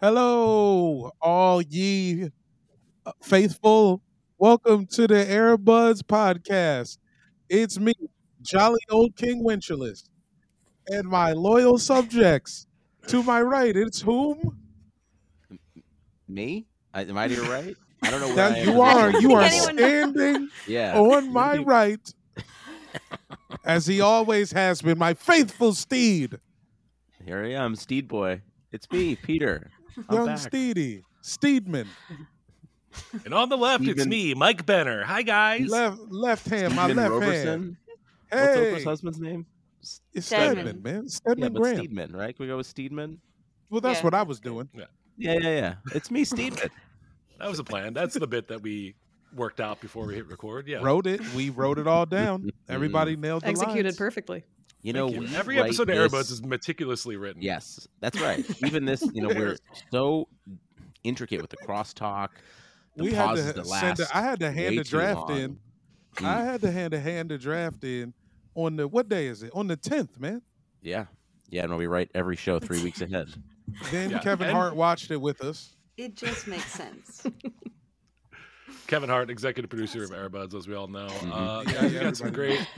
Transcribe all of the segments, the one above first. Hello, all ye uh, faithful. Welcome to the Airbuds podcast. It's me, jolly old King Winchellus, and my loyal subjects. To my right, it's whom? Me? I, am I to your right? I don't know where That I am you in are. the- You are Anyone know? standing Yeah. on my right, as he always has been, my faithful steed, Here I am, Steed Boy. It's me, Peter. I'm young back. Steedy, Steedman. And on the left, it's Steven- me, Mike Benner. Hi, guys. Left, left hand, my Steedman left hand. Roberson. What's Hey, Oprah's husband's name? S- it's Steadman. Steadman, man. yeah, Steadman but Graham. Steedman, right? Can we go with Steedman? Well, that's Yeah. what I was doing. Yeah, yeah, yeah. It's me, Steedman. That was a plan. That's the bit that we worked out before we hit record. Yeah. Mm-hmm. Wrote it. We wrote it all down. Everybody nailed the Executed lines. perfectly. You know, Thank you. we every write episode this... of Airbuds is meticulously written. Yes, that's right. Even this, you know, we're so intricate with the crosstalk. The We had pauses to that send. last. A, I had to hand way a too draft long. in. Mm-hmm. I had to hand a hand a draft in on the what day is it? On the tenth, man. Yeah, yeah. No, we write every show three weeks ahead. Then Yeah. Kevin And- Hart watched it with us. It just makes sense. Kevin Hart, executive producer of Airbuds, as we all know. Mm-hmm. Uh, Yeah, guys, we yeah, got some everybody. great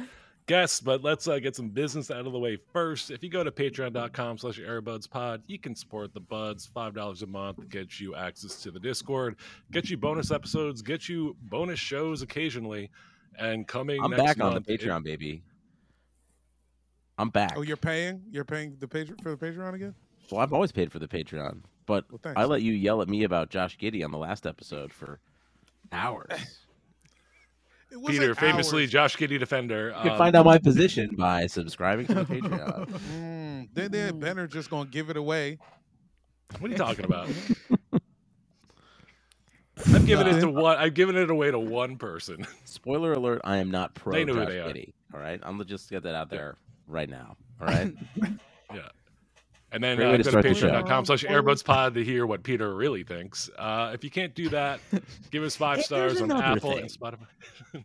guests, but let's uh, get some business out of the way first. If you go to patreon.com slash airbudspod, you can support the buds. $5 a month gets you access to the Discord, get you bonus episodes, get you bonus shows occasionally. And coming I'm next back on the month, it- Patreon, baby. I'm back. Oh, you're paying? You're paying the patron for the Patreon again? Well, I've always paid for the Patreon, but Well, thanks. I let you yell at me about Josh Giddy on the last episode for hours. It was Peter, like famously hours. Josh Giddy defender. You can um, find out my position by subscribing to the Patreon. Mm, then Mm-hmm. then Benner just gonna give it away. What are you talking about? I've given it to one. I've given it away to one person. Spoiler alert: I am not pro They know who Josh they are. Giddy. All right, I'm gonna just get that out there right now. All right, Yeah. And then Great uh, way to go to start the show. patreon.com slash airbudspod to hear what Peter really thinks. Uh, if you can't do that, give us five There's stars on another Apple thing. and Spotify.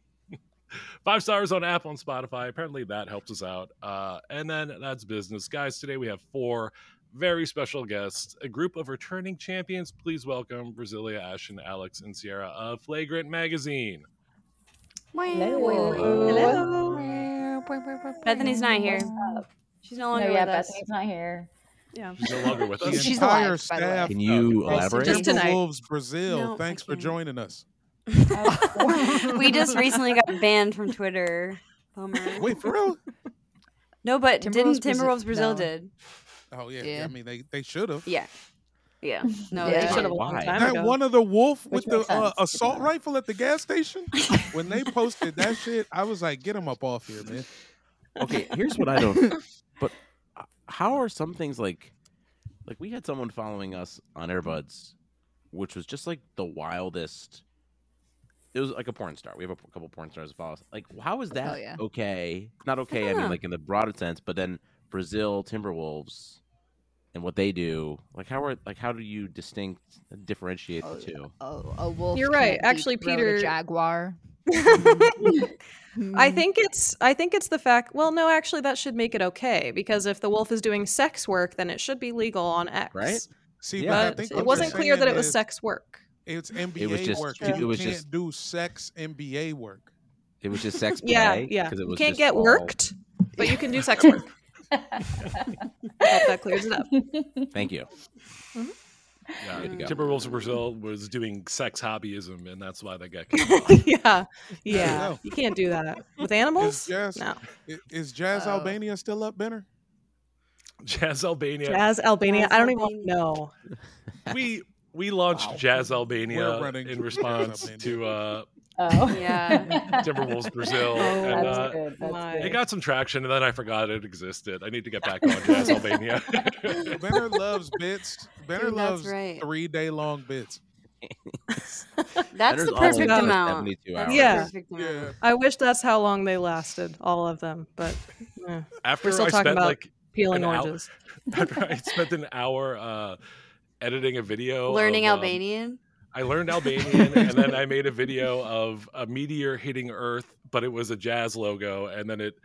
five stars on Apple and Spotify. Apparently that helps us out. Uh, and then that's business. Guys, today we have four very special guests, a group of returning champions. Please welcome Brasilia, Ashton, Alex, and Sierra of Flagrant Magazine. Hello. Bethany's not here. She's no longer No, yeah, with us. Bethany's not here. Yeah. She's no longer with The us. She's entire alive, by the way. staff. can you of elaborate? Just tonight. Timberwolves Brazil. No, I Thanks for can't. joining us. we just recently got banned from Twitter. Bummer. Wait, for real? No, but Timberwolves didn't Timberwolves Brazil- Brazil, no. did? Oh yeah. Yeah. I mean, they they should have. Yeah. Yeah. No, yeah, they it should should've have didn't. a long Why? time that ago. one of the wolf with Which the makes uh, sense. assault rifle at the gas station when they posted that shit i was like get him up off here man okay here's what i don't but uh, how are some things like like we had someone following us on airbuds which was just like the wildest it was like a porn star. We have a p- couple porn stars that follow us. Like, how is that Oh, yeah. okay? Not okay. I Yeah. mean, like in the broader sense, but then Brazil Timberwolves and what they do, like how are like how do you distinct differentiate Oh, the two? A, a wolf. You're right. can't Actually, dethrone a Peter- jaguar. Hmm. Mm. I think it's I think it's the fact. Well, no, actually, that should make it okay because if the wolf is doing sex work, then it should be legal on X. Right? See, Yeah, but I think But that's what it you're wasn't clear that saying it was is sex work. It's NBA just- work. it you was can't just- do sex NBA work. It was just sex play. Yeah, yeah. 'cause it You was can't just get all- worked, but you can do sex work. Hope that clears it up. Mm-hmm. Thank you. Yeah, Good to go. Timberwolves of Brazil was doing sex hobbyism, and that's why they got kicked off. yeah, yeah. know. You can't do that with Is animals. Jazz, No, i- is Jazz Oh. Albania still up, Benner? Jazz Albania. jazz Albania. Jazz I don't even Albania. want to know. We we launched Jazz Albania We're in running to Jazz response Albania. to uh, Oh Yeah. Timberwolves Brazil, Oh, and that's uh, good. That's my- it good. got some traction, and then I forgot it existed. I need to get back on Jazz Albania. Benner loves bits. Benner Dude, that's loves right. three day long bits. That's Benner's the always perfect about amount. 72 That's hours. the Yeah. perfect amount. Yeah. I wish that's how long they lasted, all of them. But eh, After still I talking spent about- like peeling An hour. oranges. after I spent an hour uh, editing a video, Learning of, um, Albanian. I learned Albanian, and then I made a video of a meteor hitting Earth, but it was a jazz logo, and then it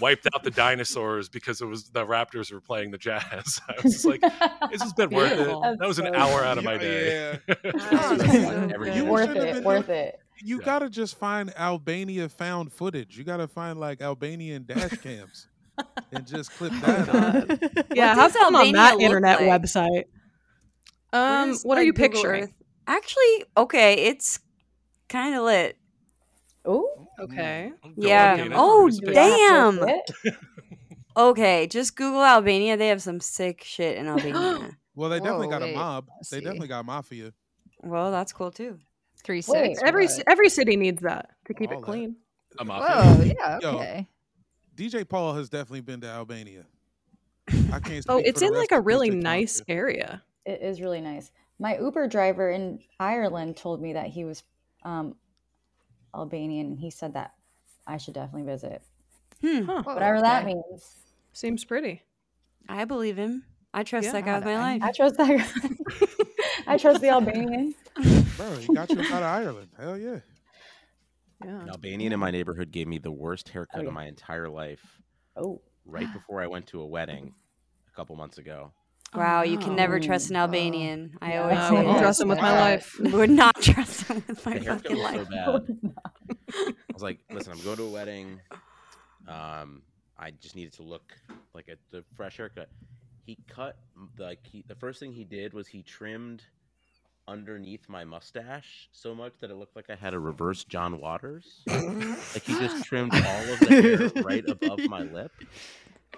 wiped out the dinosaurs because it was the Raptors were playing the jazz. I was just like, this has been worth it. Beautiful. That was an That's so hour out of my Yeah, day. yeah. Oh, that's that's so so every good. day. You worth should've it. been Worth doing- it. You Yeah. gotta just find Albania found footage. You gotta find like Albanian dash cams and just clip that. up. yeah, What have does fun on Albania that look internet like? website. Um, does, what are you like, Google picturing? Earth- Actually, okay, it's kind of lit. Ooh. Mm. Okay. I'm Yeah. dilapidated. Oh, It's been- yeah, Damn. worth it. Okay, just Google Albania. They have some sick shit in Albania. Well, they definitely Whoa, got a wait, mob. I They see. definitely got mafia. well, that's cool too. Three Wait, six. every what? every city needs that to keep All it that. clean. I'm off. Whoa. Yeah. Yo. Okay. DJ Paul has definitely been to Albania. I can't. Oh, speak for it's the in rest like of a the really TikTok nice here. area. It is really nice. My Uber driver in Ireland told me that he was um, Albanian, and he said that I should definitely visit. Hmm. Huh. Whatever that means. Seems pretty. I believe him. I trust Yeah. that guy with my life. I trust that. guy. I trust the Albanian. Bro, he got you out of Ireland. Hell yeah. Yeah. An Albanian in my neighborhood gave me the worst haircut Oh. yeah. of my entire life Oh, right before I went to a wedding a couple months ago. wow, you can never no. trust an Oh. Albanian. I Yeah. always I Oh, wouldn't say trust him with my yeah. life. that. would not trust him with my The haircut fucking was so life. bad. I was like, listen, I'm going to a wedding. Um, I just needed to look like a the fresh haircut. He cut like he, the first thing he did was he trimmed underneath my mustache so much that it looked like I had a reverse John Waters. like he just trimmed all of the hair right above my lip.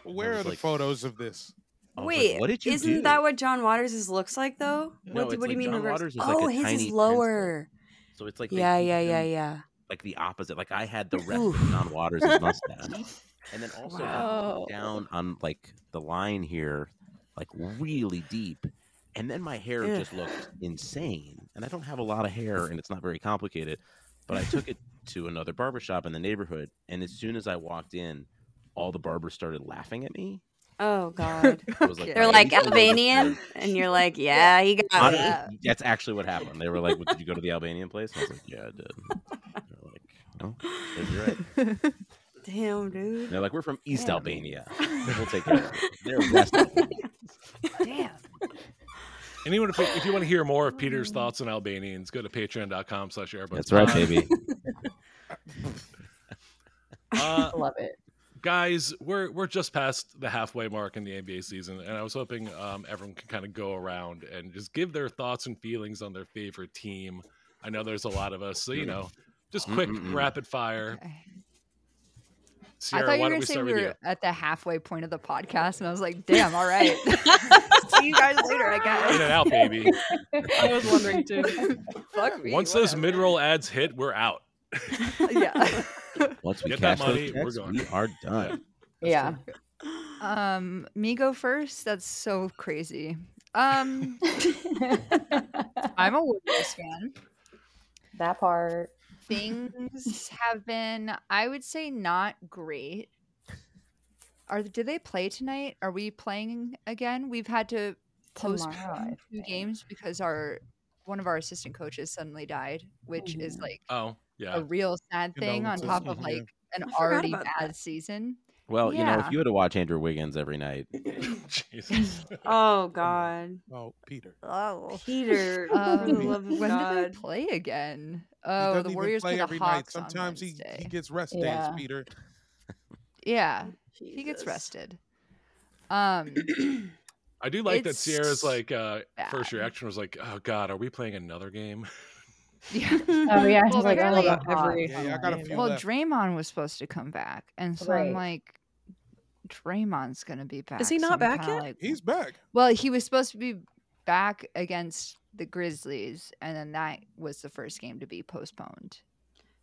Where was are the like- photos of this? I was like, Wait, what did you isn't do? that what John Waters' looks like though? No, what do- it's what do you like mean John reverse? Waters is like oh, a his tiny is pencil. lower. So it's like they Yeah, heat yeah, yeah, them yeah. like the opposite. Like I had the rest Oof. of John Waters' mustache, and then also when I Wow. looked down on like the line here, like really deep, and then my hair Ugh. just looked insane. And I don't have a lot of hair, and it's not very complicated. But I took it to another barbershop in the neighborhood, and as soon as I walked in, all the barbers started laughing at me. Oh god. It was like, They're "Oh, like you guys are weird." Albanian, and you're like, yeah, he got Honestly, it. That's actually what happened. They were like, "What, "Did you go to the Albanian place?" And I was like, "Yeah, I did." They're like, "No, you're right." Damn, dude. And They're like, we're from East Damn. Albania. We'll take care of it. They're West Albania. damn. Anyone, if, if you want to hear more of Peter's Mm. thoughts on Albanians, go to patreon.com slash airbuds. That's right, baby. Uh, I love it. guys we're we're just past the halfway mark in the nba season and i was hoping um, everyone can kind of go around and just give their thoughts and feelings on their favorite team i know there's a lot of us so you know just quick Mm-mm-mm. rapid fire Okay. sierra I thought you why don't were we going to say start we with you were at the halfway point of the podcast, and I was like, damn, all right. See you guys later, I in guess. and out baby I was wondering too. Fuck me. once those mid-roll ads hit we're out whatever. yeah. Once we Get that cash those money, we're checks, going. we are done. yeah. Um, Um, me go first. That's so crazy. Um, I'm a Warriors fan. that part. things have been, I would say, not great. Are do they play tonight? Are we playing again? We've had to Tomorrow, I postpone two games because our one of our assistant coaches suddenly died, which is like Oh, yeah. a real sad thing on Condolences. top of Mhm. like an I forgot already about bad season. Well, you know, Yeah. if you had to watch Andrew Wiggins every night, Jesus. Oh God, Oh, Peter. Oh, Peter, for the Um, love of when do they God. play again? He Oh, doesn't the even Warriors play, the Hawks on Sometimes he, he Wednesday. gets rest Yeah. days, Peter. Yeah, he gets Oh, Jesus. rested. Um, I do like that It's Sierra's like uh, first bad. reaction was like, "Oh God, are we playing another game?" yeah. Oh yeah, she's Well, like, apparently- oh, the Hawks. Every- Yeah, yeah, I got a Yeah. few Well, left. Draymond was supposed to come back, and so I'm Right. like, Draymond's gonna be back. he so not I'm back kinda yet? like- He's back. well, he was supposed to be back against the Grizzlies, and then that was the first game to be postponed.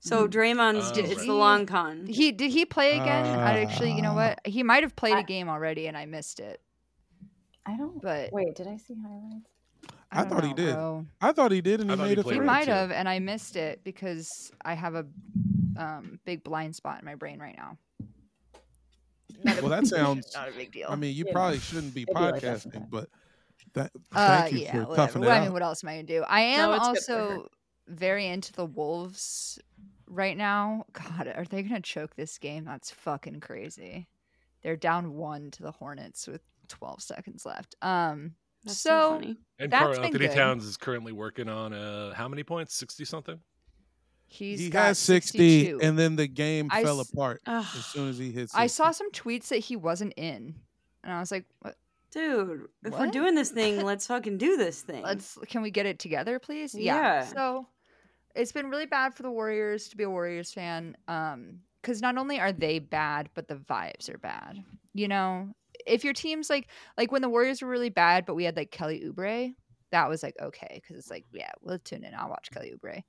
So Draymond's Oh, Ah. d- it's the right. long con. Mm-hmm. He did he play again? I actually, you know Uh, what? He might have played I- a game already, and I missed it. I don't. But Wait, did I see highlights? I, don't thought he know, did. bro. I thought he did, and I he thought he made a played He Later three. might too. have, and I missed it because I have a um, big blind spot in my brain right now. Well, that sounds. Not a big deal. I mean, you Yeah. probably shouldn't be They do like that podcasting, but that. Uh, thank you yeah, for whatever. toughing it Well, I mean, out. what else am I gonna do? I am No, it's good for her. also very into the Wolves right now. God, are they gonna choke this game? That's fucking crazy. They're down one to the Hornets with 12 seconds left. Um, That's so, so, funny. And That's Carl been Anthony good. Towns is currently working on uh, how many points? Sixty something. he's he got got 60, 62. and then the game I fell s- apart Ugh, as soon as he hit. 60. I saw some tweets that he wasn't in, and I was like, what? dude, if we're What? doing this thing, let's fucking do this thing. let's can we get it together please Yeah. so it's been really bad for the warriors to be a warriors fan um because not only are they bad but the vibes are bad you know if your team's like like when the warriors were really bad but we had like kelly oubre that was like okay because it's like yeah we'll tune in i'll watch kelly oubre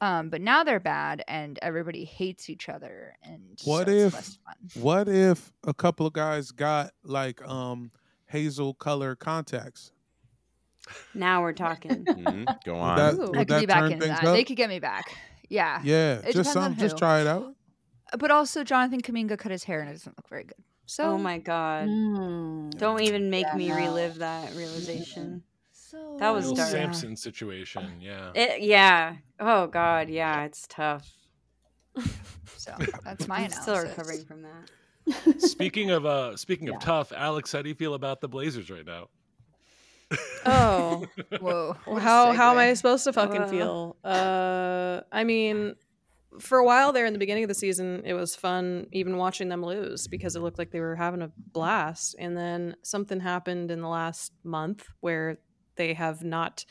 um but now they're bad and everybody hates each other and so What it's if- less fun. What if a couple of guys got like um hazel color contacts? Now we're talking. Mhm, go on. that- i would could be back turn in things that up? they could get me back yeah Yeah, Ah, It just depends on some, just who. try it out. but also Jonathan Kaminga cut his hair and it doesn't look very good. So oh my god. Mm. Don't even make me no. relive that realization. Mm-hmm. so That was Bill dark. Sampson situation. Yeah. It, yeah. Oh god, yeah, it's tough. So that's my I'm analysis. still recovering from that. Speaking of uh, speaking Yeah. of tough, Alex, how do you feel about the Blazers right now? Oh, Whoa. Well, what a how how am I segue. supposed to fucking Uh. feel? Uh, I mean, for a while there in the beginning of the season, it was fun even watching them lose because it looked like they were having a blast. And then something happened in the last month where they have not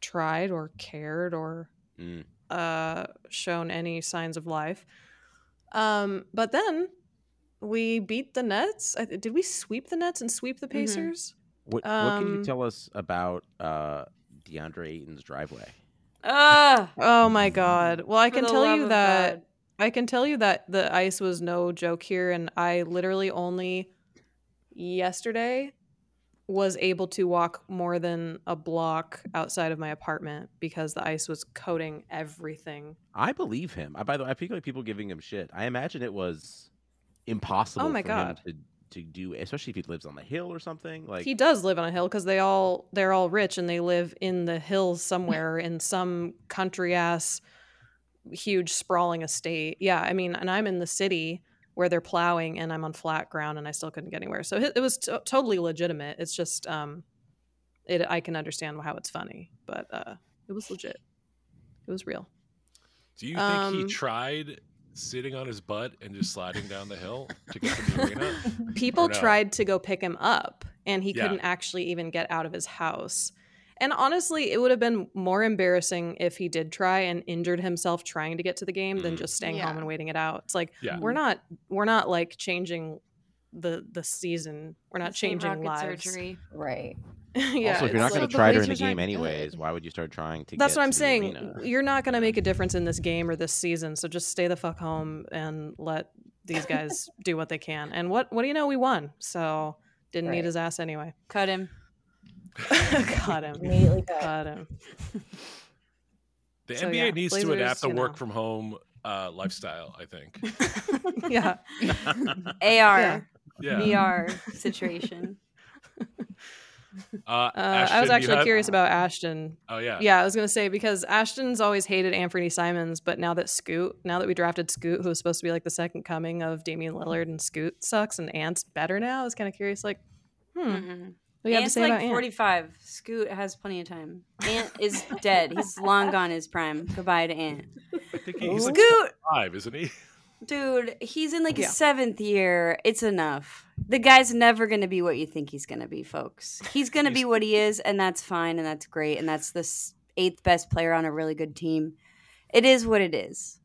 tried or cared or Mm. uh, shown any signs of life. Um, but then we beat the Nets. I, th- did we sweep the Nets and sweep Mm-hmm. the Pacers? What, what can you Um, tell us about uh, DeAndre Ayton's driveway? Ugh. Oh my god. Well, I for can the tell love you of that God. I can tell you that the ice was no joke here, and I literally only yesterday was able to walk more than a block outside of my apartment because the ice was coating everything. I believe him. I, by the way, I feel like people giving him shit. I imagine it was impossible. Oh my for him God. to, to do, especially if he lives on the hill or something. Like he does live on a hill because they all they're all rich and they live in the hills somewhere in some country ass huge sprawling estate yeah i mean and i'm in the city where they're plowing and i'm on flat ground and i still couldn't get anywhere so it it was to totally legitimate it's just um it i can understand how it's funny but uh it was legit it was real Do you think he Um, tried sitting on his butt and just sliding down the hill to get to the arena? people no? tried to go pick him up and he Yeah. couldn't actually even get out of his house and honestly it would have been more embarrassing if he did try and injured himself trying to get to the game than Mhm. just staying Yeah. home and waiting it out it's like Yeah. we're not we're not like changing the the season we're not The same changing rocket lives surgery. Right. yeah also, if you're it's not like- going Also, to the try during the Blazers aren't game anyways, good. why would you start trying to? that's get what to i'm the saying arena? you're not going to make a difference in this game or this season so just stay the fuck home and let these guys do what they can and what what do you know we won so didn't need Right. his ass anyway Cut him. Got him. Immediately cut. Got him. The So, NBA yeah, needs to Blazers, adapt the you know. work from home uh, lifestyle. I think. Uh, yeah. AR, Yeah. VR situation. Uh, Uh, I was Ashton, you actually have- curious about Ashton. Oh, yeah. yeah. I was gonna say because Ashton's always hated Anthony Simons, but now that Scoot, now that we drafted Scoot, who was supposed to be like the second coming of Damian Lillard, and Scoot sucks, and Ant's better now. I was kind of curious, like, hmm, Mhm. what do you have to Ant's say like about Ant? 45. Scoot has plenty of time. Ant is dead. He's long gone his prime. Goodbye to Ant. I think he's like Scoot! five, isn't he? Dude, he's in like Yeah. his seventh year. It's enough. The guy's never going to be what you think he's going to be, folks. He's going to be what he is, and that's fine, and that's great, and that's the s- eighth best player on a really good team. It is what it is.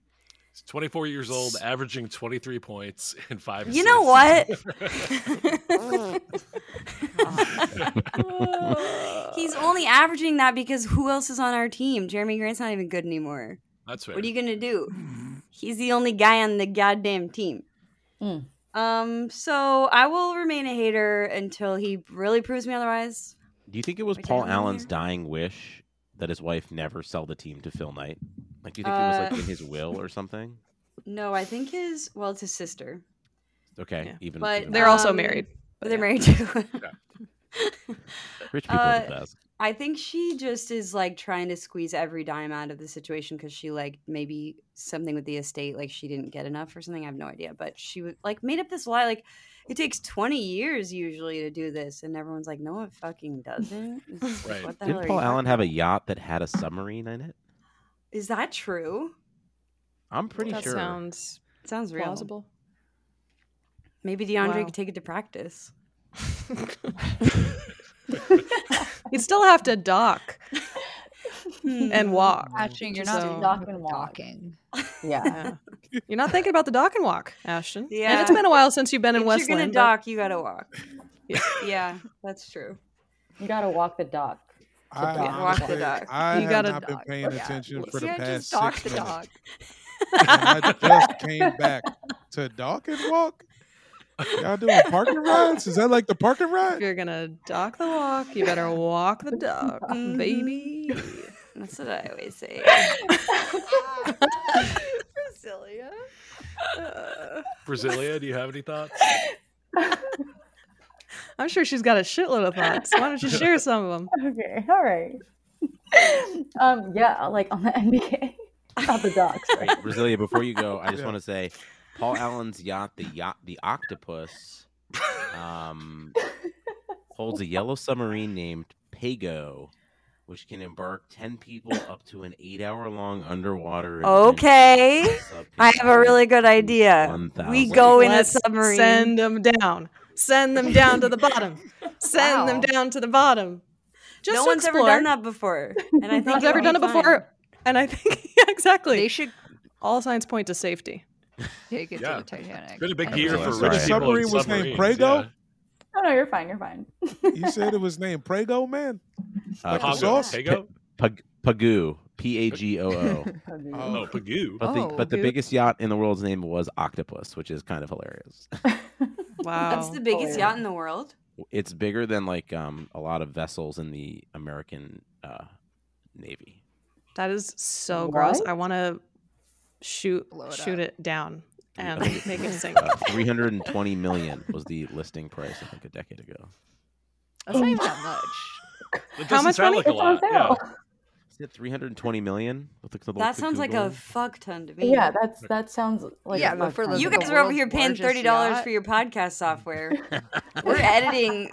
He's 24 years old, averaging 23 points and five. You know what? assists. He's only averaging that because who else is on our team? Jeremy Grant's not even good anymore. That's fair. What are you gonna do? He's the only guy on the goddamn team. Mm. Um, so I will remain a hater until he really proves me otherwise. Do you think it was Which I Paul don't know Allen's dying wish that his wife never sell the team to Phil Knight? Like, do you think it was like Uh, in his will or something? No, I think his well, it's his sister. Okay, Yeah. even But even They're also um, married. But they're married too. worse. rich people are the uh, best. I think she just is like trying to squeeze every dime out of the situation because she like maybe something with the estate, like she didn't get enough or something. I have no idea, but she was like made up this lie. Like it takes twenty years usually to do this, and everyone's like, "No, it fucking doesn't." It's like, Right. What the hell Didn't are Paul you Allen talking- have a yacht that had a submarine in it? Is that true? I'm pretty that sure. sounds It sounds real. plausible. Maybe DeAndre Wow. could take it to practice. You'd still have to dock Hmm. and walk. Ashton, you're So- not Knock and walk. talking. Yeah. Yeah. You're not thinking about the dock and walk, Ashton. Yeah. And Yeah. it's been a while since you've been in if Westland. you're gonna but- dock, you gotta walk. Yeah. yeah, that's true. You got to walk the dock. I, dog. honestly- Walk the dog. I You have gotta not been dog. paying Yeah. attention for the Yeah, past just talk six the minutes. dog. I just came back to dock and walk. Y'all doing parking rides? Is that like the parking If ride? you're gonna dock the walk, you better walk the dock, Mhm. baby. That's what I always say. Cecilia. Brasilia, do you have any thoughts? Oh. I'm sure she's got a shitload of thoughts. Why don't you share some of them? Okay. All right. um. Yeah. Like on the NBA. Not the dock. sorry. Wait, Brasilia, before you go, I just Yeah. want to say Paul Allen's yacht, the yacht, the octopus, um, holds a yellow submarine named Pago, which can embark 10 people up to an eight hour long underwater. Okay. adventure. I have a really good idea. We 1,000. go in Let's a submarine. Send them down. Send them down to the bottom. Send them Wow. down to the bottom. Just no to one's explore. ever done that before, and I think Who's ever it'll done be it fine. before? And I think yeah, exactly. They should All signs point to safety. take it Yeah. to the Titanic. Been a big I'm year so for sorry. rich The people and submarine was named submarines, Prego? yeah. No, no, you're fine. You're fine. You said it was named Prego Man. Uh, Like the Pago. sauce? Pago? Pag- Pagoo, P A G O O. Oh. Oh, Pagoo. But, the, Oh, but the good. biggest yacht in the world's name was Octopus, which is kind of hilarious. Wow. That's the biggest Oh, yeah. yacht in the world. It's bigger than like um, a lot of vessels in the American uh, Navy. That is so gross. What? I want to shoot Blow it shoot up. it down and I think make it sink. Uh, 320 million was the listing price, I think, a decade ago. That's not even that much. It doesn't much sound money? like a It's on lot. sale. Is it 320 million? Look at the little That sounds like a Google. fuck ton to me. Yeah. That's that sounds like Yeah, a but fuck for ton. the- You Like guys were over world's here paying largest thirty dollars yacht. for your podcast software. We're editing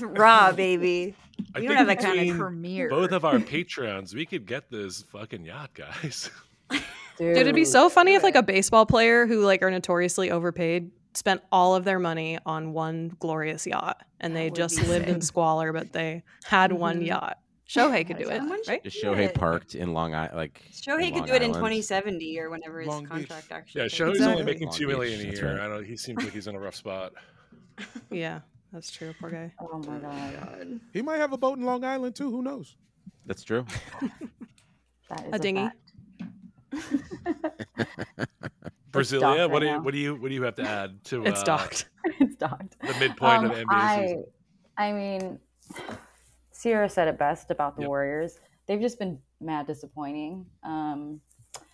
raw, baby. I think We don't have that between kind of Premiere. both of our Patreons, we could get this fucking yacht, guys. Dude, it'd be so funny if like a baseball player who like are notoriously overpaid spent all of their money on one glorious yacht and they would just be lived in sick. squalor, but they had one Mm-hmm. Mhm. yacht. Shohei could do it, Someone should right? Just do Shohei it. parked in Long Island. Like Shohei in could Long do it in Island. 2070 or whenever his Long Beach. contract actually. Yeah, takes Shohei's only Exactly. making Long two million Beach, a that's year. right. I don't. He seems like he's in a rough spot. Yeah, that's true. Poor guy. Oh my god. He might have a boat in Long Island too. Who knows? That's true. That is A dinghy. fact. docked Brasilia, right what do you, now. what do you what do you have to add to It's uh, docked. it's docked. the midpoint of the NBA Um, I, season? I mean, Sierra said it best about the Yep. Warriors. they've just been mad disappointing. Um,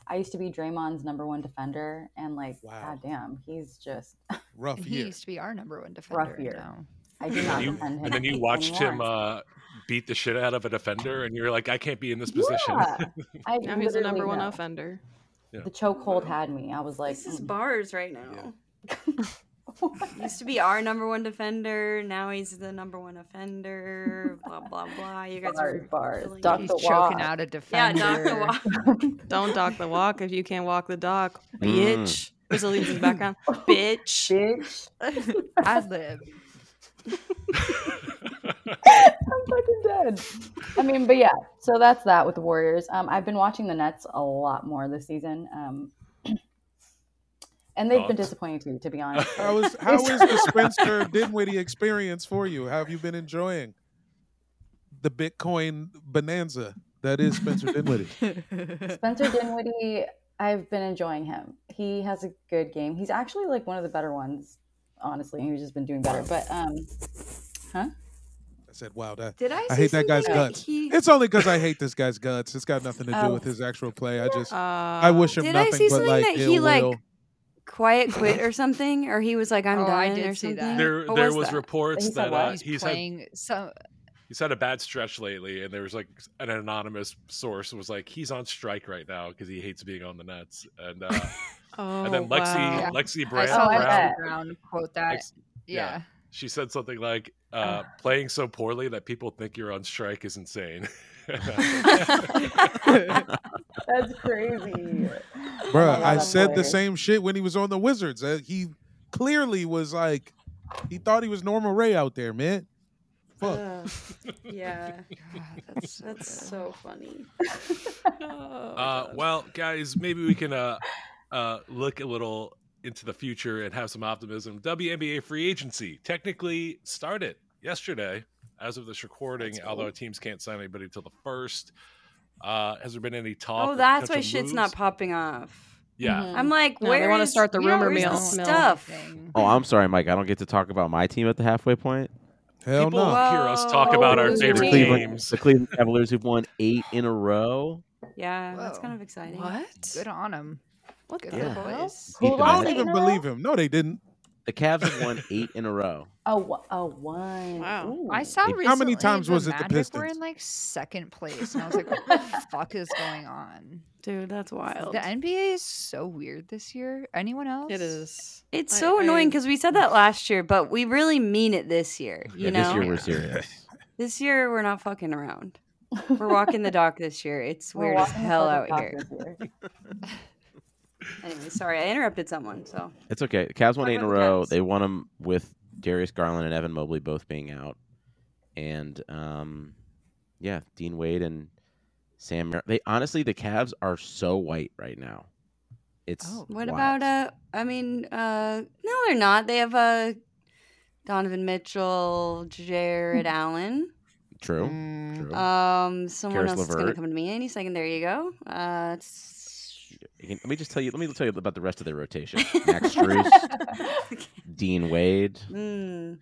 I used to be Draymond's number one defender, and like, Wow. goddamn, he's just Rough And he year. used to be our number one defender. rough year. now. I do And not then you, defend him. and then you watched anymore. him uh, beat the shit out of a defender, and you're like, I can't be in this position. Yeah. I Now he's the number literally one know. offender. The chokehold had me. I was like, This is "Mm." bars right now. Used to be our number one defender. Now he's the number one offender. Blah blah blah. You guys Bars, are bars. filling Doc- me. He's the choking walk. out a Yeah, defender. Doctor Walk. Don't dock the walk if you can't walk the dock, Mm. bitch. Brazilians in the background, bitch. bitch. Ad lib. I'm fucking dead. I mean, but yeah. So that's that with the Warriors. Um, I've been watching the Nets a lot more this season. Um, and they've been Thoughts? disappointing too, to be honest. How is how is the Spencer Dinwiddie experience for you? How have you been enjoying the Bitcoin bonanza that is Spencer Dinwiddie? Spencer Dinwiddie, I've been enjoying him. He has a good game. He's actually like one of the better ones, honestly. He's just been doing better. But um, I said, wow, that Did I? I see hate that guy's something guts. He, It's only because I hate this guy's guts. It's got nothing to do Oh. with his actual play. I just Uh, I wish him Oh. did I nothing see but something like that ill he, like, will. quiet quit or something, or he was like, "I'm Oh, done" I did or see something. that. There, What there was was, that? reports He said that what? uh, He's, he's had playing some. he's had a bad stretch lately, and there was like an anonymous source was like, he's on strike right now because he hates being on the Nets, and uh, Oh, and then Lexi wow. Yeah. Lexi I Brown, saw Oh, I Brown bet. Lexi Brown quote that. Lex- yeah. she said something like, Ah. uh, "Playing so poorly that people think you're on strike is insane." that's crazy. Bruh, Oh, I that's said the hilarious. same shit when he was on the Wizards. Uh, he clearly was like, he thought he was Norma Ray out there, man. Fuck. yeah, God, that's so that's good. so funny. Uh, well, guys, maybe we can uh, uh, look a little into the future and have some optimism. WNBA free agency technically started yesterday as of this recording, although teams can't sign anybody until the first. Uh, has there been any talk? oh, or that's why potential shit's moves? not popping off. Yeah. Mhm. I'm like, No, where they wanna is- start the yeah, rumor where's the mill. stuff. thing. Oh, I'm sorry, Mike. I don't get to talk about my team at the halfway point. Hell People no. hear us talk about our Whoa. favorite The Cleveland- teams. the Cleveland Cavaliers who've won eight in a row. Yeah, that's Whoa. kind of exciting. What? Good on him. What Good the on Yeah. the hell? boys. Who Beat the I lost don't Magic. eight in even a row? believe him. No, they didn't. The Cavs have won eight in a row. A, wa- a one. Wow. I saw How recently many times the was it the Magic were Pistons? in like second place, and I was like, "What the fuck is going on?" Dude, that's wild. The NBA is so weird this year. Anyone else? It is. It's I- so annoying I- because we said that last year, but we really mean it this year. You Yeah, know, this year we're serious. This year, we're not fucking around. We're walking the dock this year. It's We're weird as walking the hell out fucking here. dock this year. Anyway, sorry, I interrupted someone. So It's okay. The Cavs won Talk eight in a about the row. Cavs. They won them with Darius Garland and Evan Mobley both being out, and um, yeah, Dean Wade and Sam. Mer- they honestly, the Cavs are so white right now. It's Oh. what wild. about uh? I mean, uh, no, they're not. They have uh, Donovan Mitchell, Jared Allen. true? Mm, Hmm. True. Um, someone Karis else is gonna LeVert. come to me any second. There you go. Uh, it's- You can- let me just tell you. Let me tell you about the rest of their rotation: Max Struess, Dean Wade, mm,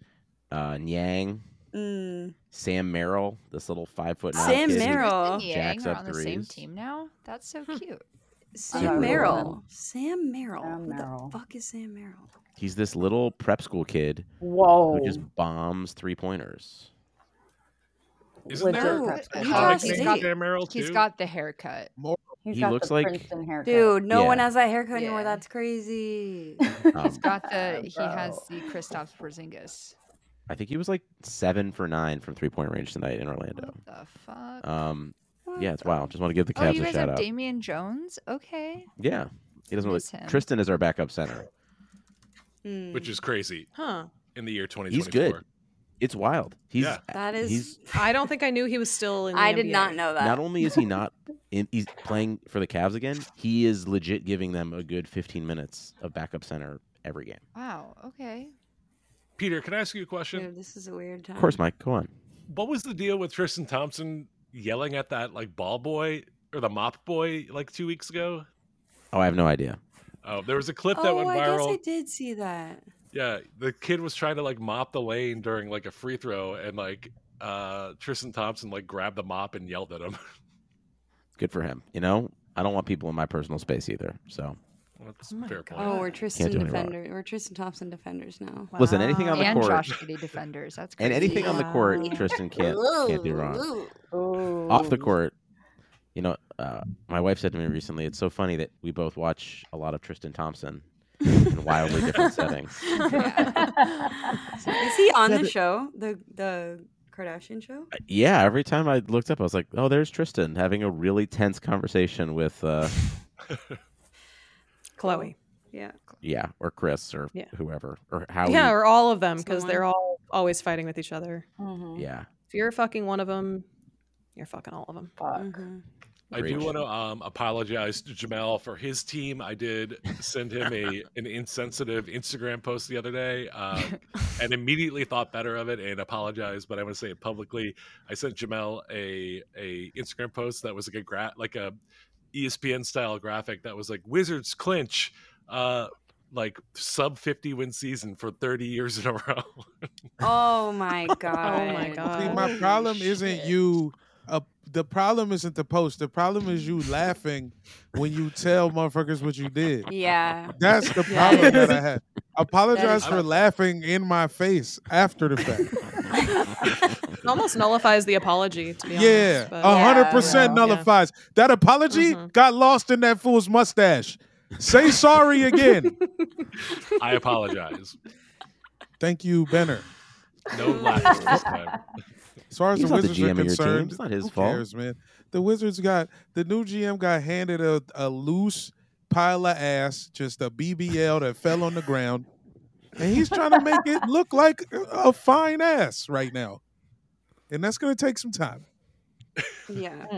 uh, Nyang, mm. Sam Merrill, this little five foot nine Sam kid who- Merrill. mm. Kristen Jacks Yang are up on the same threes. team now. That's so cute. Sam Super Merrill. Bowl. Sam Merrill. Sam Who Merrill. the fuck is Sam Merrill? He's this little prep school kid Whoa. who just bombs three pointers. Isn't there Legit a prep comic school. He's named got- Sam Merrill He's too? got the haircut. He's he got looks the like- Princeton haircut. Dude, no one Yeah. has that haircut anymore. Yeah. That's crazy. Um, He's got the. he has Bro. the Kristaps Porzingis. I think he was like seven for nine from three point range tonight in Orlando. What the fuck? Um, What yeah, it's the- wild. Just want to give the oh, Cavs you a guys shout have out. Damian Jones. Okay. yeah, he doesn't really. Miss him. Tristan is our backup center. Hmm. Which is crazy Huh. in the year 2024. He's good. It's wild. He's Yeah. that is. he's I don't think I knew he was still in the I did not NBA. know that. not only is he not in, he's playing for the Cavs again. He is legit giving them a good 15 minutes of backup center every game. Mm. Wow. Okay. Peter, can I ask you a question? Dude, this is a weird time. Of course, Mike. Go on. What was the deal with Tristan Thompson yelling at that like ball boy or the mop boy like two weeks ago? Oh, I have no idea. Oh, there was a clip that Oh, went I guess viral. I did see that. Yeah, the kid was trying to like mop the lane during like a free throw, and like uh Tristan Thompson like grabbed the mop and yelled at him. Good for him. You know, I don't want people in my personal space either. So That's Oh my fair God. point. Oh, we're Tristan do any wrong. defender. We're Tristan Thompson defenders now. Listen, anything on the and court- Josh Giddy defenders. That's and crazy. anything on the court, Tristan can't can't do wrong. Oh off the court, you know, uh, my wife said to me recently, it's so funny that we both watch a lot of Tristan Thompson in wildly different settings. Is he That on the is- show? The the Kardashian show? Yeah, every time I looked up, I was like, oh, there's Tristan having a really tense conversation with, uh, Chloe. Yeah. yeah, or Chris or Yeah. whoever or Howie. Yeah, or all of them because Someone. Mm-hmm. they're all always fighting with each other. Mhm. yeah. If you're fucking one of them, you're fucking all of them. Fuck. Mhm. I do Preach. want to um, apologize to Jamel for his team. I did send him a an insensitive Instagram post the other day, uh, and immediately thought better of it and apologized. But I want to say it publicly. I sent Jamel a a Instagram post that was like a gra- like a E ESPN style graphic that was like Wizards clinch, uh, like sub fifty win season for thirty years in a row. Oh my god. Oh my See, god. my Holy problem isn't shit. you. Uh, the problem isn't the post. The problem is you laughing when you tell motherfuckers what you did. Yeah. That's the Yeah. problem that I had. That Apologize is- for laughing in my face after the fact. It almost nullifies the apology, to be yeah, honest. but- a hundred percent Yeah. nullifies that apology. Mhm. Got lost in that fool's mustache. Say sorry again. I apologize. Thank you, Benner. No laughter this time. As far as He's the not the Wizards GM are of your team. concerned, It's not his who fault. cares, man? The Wizards got the new GM got handed a, a loose pile of ass, just a BBL that fell on the ground, and he's trying to make it look like a fine ass right now, and that's going to take some time. Yeah. hmm.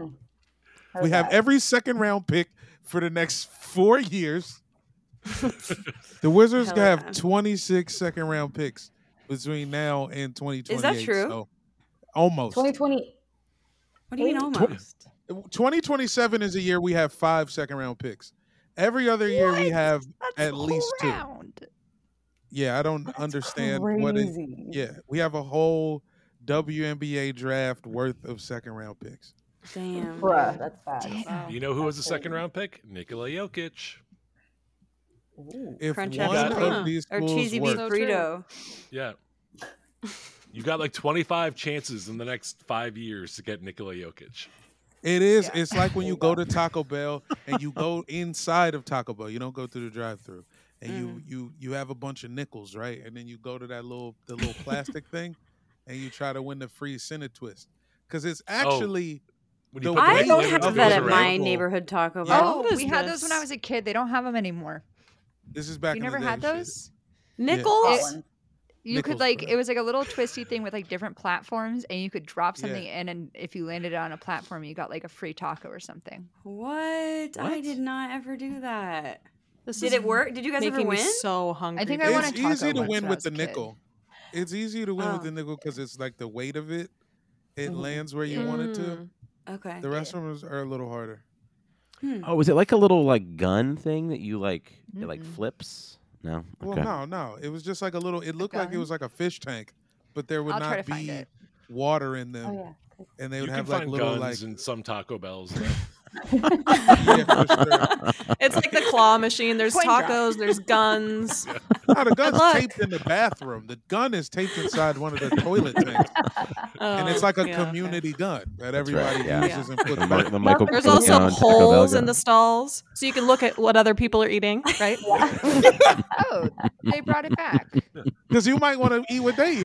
Heard We have that. every second round pick for the next four years. the Wizards Hell have yeah. 26 second round picks between now and 2028. true? So almost. 2020. What do you mean Tw- almost? 2027 is a year we have five second round picks. Every other year we What? have. That's at a least two. round. Yeah, I don't That's understand what it. crazy. Yeah, we have a whole WNBA draft worth of second round picks. Damn. Bruh, that's bad. Damn. You know who was the second Absolutely. round pick? Nikola Jokic. If Crunch one Apple. of these Or schools cheesy beef works, So true. burrito. Yeah. You got like 25 chances in the next five years to get Nikola Jokic. It is. Yeah. It's like when you go to Taco Bell and you go inside of Taco Bell. You don't go through the drive-through, and you Mm. you you have a bunch of nickels, right? And then you go to that little the little plastic thing, and you try to win the free center twist because it's actually Oh, When you The put the I way next don't flavor flavors have of that goes those at are my edible. around- neighborhood Taco Yeah. Bell. Oh, What is we had those when I this? was a kid. They don't have them anymore. this is back. you in the never day and had shit. those? Nichols? It- You could Nickels like were- it was like a little twisty thing with like different platforms, and you could drop Yeah. something in, and if you landed on a platform, you got like a free taco or something. What? I What? did not ever do that. This Did is it work? Did you guys ever making me win? so hungry. I think I dude. want a It's taco easy to win once when I with was the a kid. nickel. It's easy to win with Oh. the nickel because it's like the weight of it. It Mhm. Mm-hmm. lands where you want it to. Mm. Okay. The rest of them are a little harder. Hmm. Oh, is it like a little like gun thing that you like, it like Mm-mm. flips? No. Well, no, no. It was just like a little. It looked like it gun? was like a fish tank, but there would I'll try not to find be it. water in them, Oh yeah. and they You would can have like find little guns like. in some Taco Bells. though. yeah, for sure. It's like the claw machine. There's Coin drop. tacos. There's guns. No, the gun's luck. taped in the bathroom. The gun is taped inside one of the toilet tanks, and it's Oh, like a yeah, okay. community gun that That's right, everybody yeah. uses and puts The, Mi- back. the Michael There's Keaton also Taco Bell holes in gun. the stalls, so you can look at what other people are eating. Right? Oh, they brought it back. Because you might want to eat what they eat.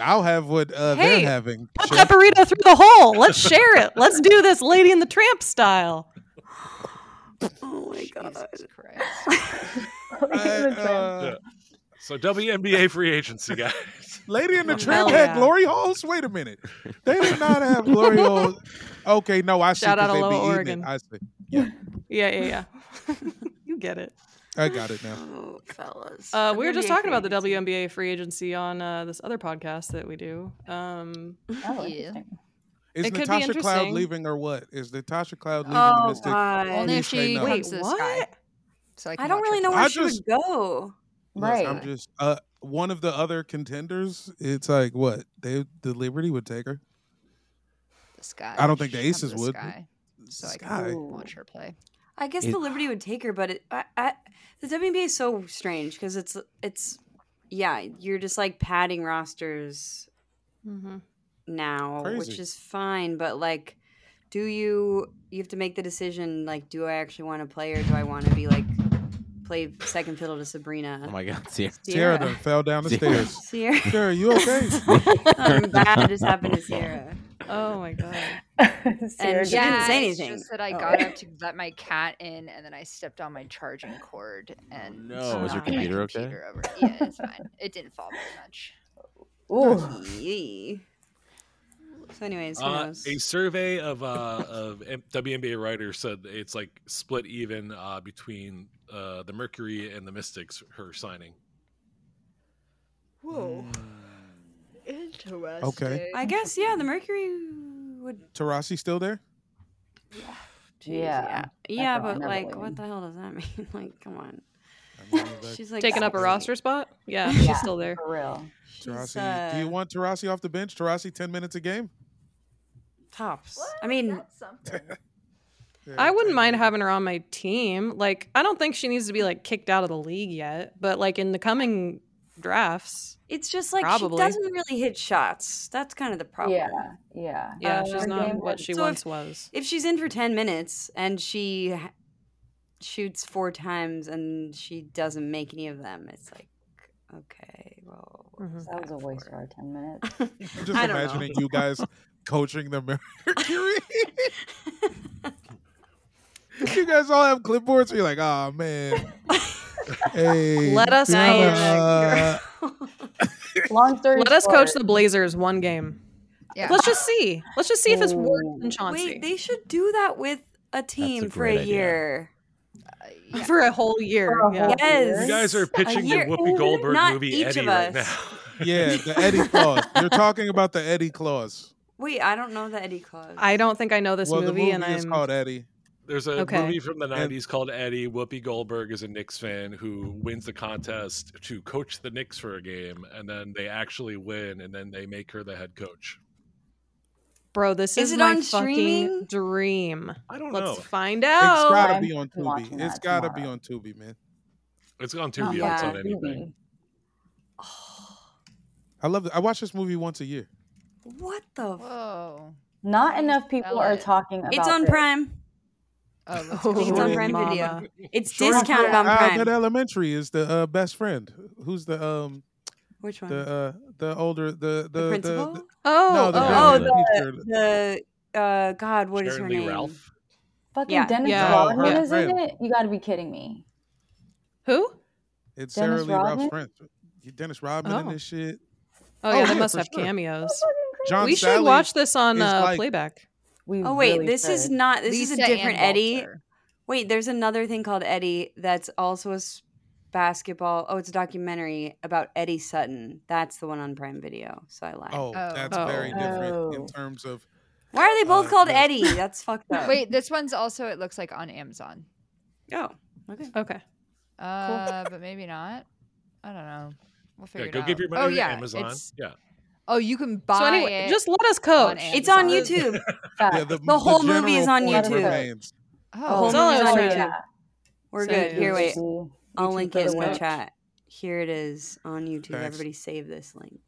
I'll have what uh, Hey, they're having. Pop Chef. that burrito through the hole. Let's share it. Let's do this, Lady in the Tramp style. Oh my god. I, uh, Yeah. So WNBA free agency, guys. Lady in the Oh, Tramp hell had yeah. glory holes. Wait a minute, they did not have glory holes. Okay, no, I see. Shout out 'cause they Aloha, be eating it. Oregon. I see. Yeah, yeah, yeah. you get it. I got it now. Oh, fellas. Uh, we were just WNBA talking about the free agency. WNBA free agency on uh, this other podcast that we do. Um, Oh, Yeah. interesting. Is It could be Natasha Cloud interesting. leaving or what? Is Natasha Cloud leaving the Oh Mystic? god. Only if Please say she no. comes wait, to the sky. what? So I, can I don't watch really her know play. where I she just- would go. Look, I'm Right. just uh, one of the other contenders. It's like what they the Liberty would take her. The sky. I don't think the She comes to Aces would. sky, so I Sky. can watch her play. I guess It- the Liberty would take her, but it, I, I, the WNBA is so strange because it's it's yeah, you're just like padding rosters Mm-hmm. Mhm. now, which Crazy. is fine, but like, do you you have to make the decision like, do I actually want to play or do I want to be like play second fiddle to Sabrina? Oh my God, Sierra. Sierra done fell down the Sierra. stairs. Sierra. Sierra, you okay? I'm glad it just happened to Sierra. Oh my god. Sarah She didn't didn't Yeah, say it's anything. Just that I Oh. got up to let my cat in, and then I stepped on my charging cord, Oh, and no. Is your knocked my computer okay? computer over. Yeah, it's fine. It didn't fall very much. Ooh. Yee. So, anyways, who Uh, knows? a survey of uh, of M- WNBA writers said it's like split even uh, between uh, the Mercury and the Mystics. Her signing. Whoa. Interesting. I guess yeah, the Mercury would Tarasi still there? Jeez, Yeah. Yeah, That's but wrong. Never like, win. what the hell does that mean? Like, come on. She's like Taking up a 60. roster spot? Yeah, Yeah. she's still there. For real. She's, Tarasi, do uh, you want Tarasi off the bench? Tarasi, ten minutes a game. tops? I mean, something. I wouldn't mind having her on my team. Like, I don't think she needs to be like kicked out of the league yet, but like in the coming drafts, it's just like Probably. she doesn't really hit shots. That's kind of the problem. Yeah. Yeah. Um, yeah, Uh, she's her not game what would- she So if- once was. If she's in for ten minutes and she ha- shoots four times and she doesn't make any of them, it's like, okay, well, what Mhm. was That was a waste of for? our 10 minutes. I'm just I don't know. imagining you guys coaching the Mercury. you guys all have clipboards. You're like, oh man. Hey, Let us do you coach. wanna- Long story Let us short, coach the Blazers one game. Yeah. Let's just see. Let's just see if it's Ooh. worse than Chauncey Wait, they should do that with a team for great a idea. year. Uh, yeah. for a whole year. For a yeah. whole- Yes. You guys are A pitching the year- Whoopi Goldberg Not movie each Eddie of right us. now. yeah, the Eddie clause. You're talking about the Eddie clause. Wait, I don't know the Eddie Claus. I don't think I know this well, movie, the movie and is I'm called Eddie. There's a Okay. movie from the 90s called Eddie. Whoopi Goldberg is a Knicks fan who wins the contest to coach the Knicks for a game, and then they actually win, and then they make her the head coach. bro. This Is is, it my fucking on streaming? dream. I don't Let's know. find it's out. gotta I'm be on Tubi. watching It's that gotta be tomorrow. on Tubi, man. It's on Not Tubi. Yeah. It's much on TV. anything. I love. I watch this movie once a year. What the? F- Whoa. Not Please enough people spell are it. talking about it's on this. Prime. Oh, let's Oh, go. It's on Shorty Prime mama. Video. It's Jordan discounted Peele- on uh, Prime. That elementary is the uh, best friend. Who's the um Which one? the The, uh the older the the the, principal? the- Oh, no the oh, oh, oh, the, teacher. the uh, God, what is Sharon her Lee name? Ralph. Fucking Yeah. Dennis Yeah. No, Rodman her is in friend. it? You gotta be kidding me. who? It's Dennis Sarah Lee Ralph's Rodman? friend. Dennis Rodman and Oh. this shit. Oh yeah, Oh, they yeah, must for have sure. cameos. John we Sally- should watch this on is uh, like- playback. We Oh wait, really this is should. not. This is Lisa a different and Eddie. Walter. Wait, there's another thing called Eddie that's also a s- basketball. Oh, it's a documentary about Eddie Sutton. That's the one on Prime Video. So I lied. Oh, that's Oh. very different in Oh. terms of Why are they both uh, called no. Eddie? That's fucked up. Wait, this one's also it looks like on Amazon. Oh. Okay. Okay. Uh, but maybe not. I don't know. We'll figure Yeah, it go out. give your money oh, to yeah, Amazon. it's- Yeah. Oh, you can buy so anyway, it. just let us coach. Amazon. It's on So- YouTube. Fact. Uh, yeah, the, The whole movie is general on point YouTube. Remains. oh, whole It's all movie's on Oh, YouTube. yeah. We're So good. you Here, just- wait. YouTube I'll for link the it in the win. chat. Here it is on YouTube. Thanks. Everybody save this link.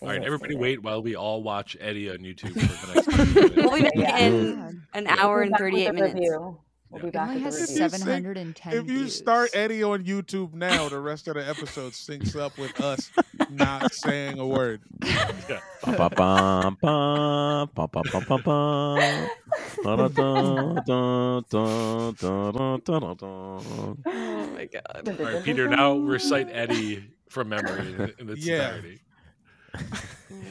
All right, everybody, wait while we all watch Eddie on YouTube for the next. few We'll be minutes. back in an hour and 38 minutes. We'll be back. only with the has review. 710 If you views. start Eddie on YouTube now, the rest of the episode syncs up with us not saying a word. Ba-ba-bum, bum, ba-ba-bum-bum-bum. Da-da-dun-dun-dun-dun-dun-dun-dun. Oh my god. All right, Peter, now recite Eddie from memory in, in its Yeah. entirety.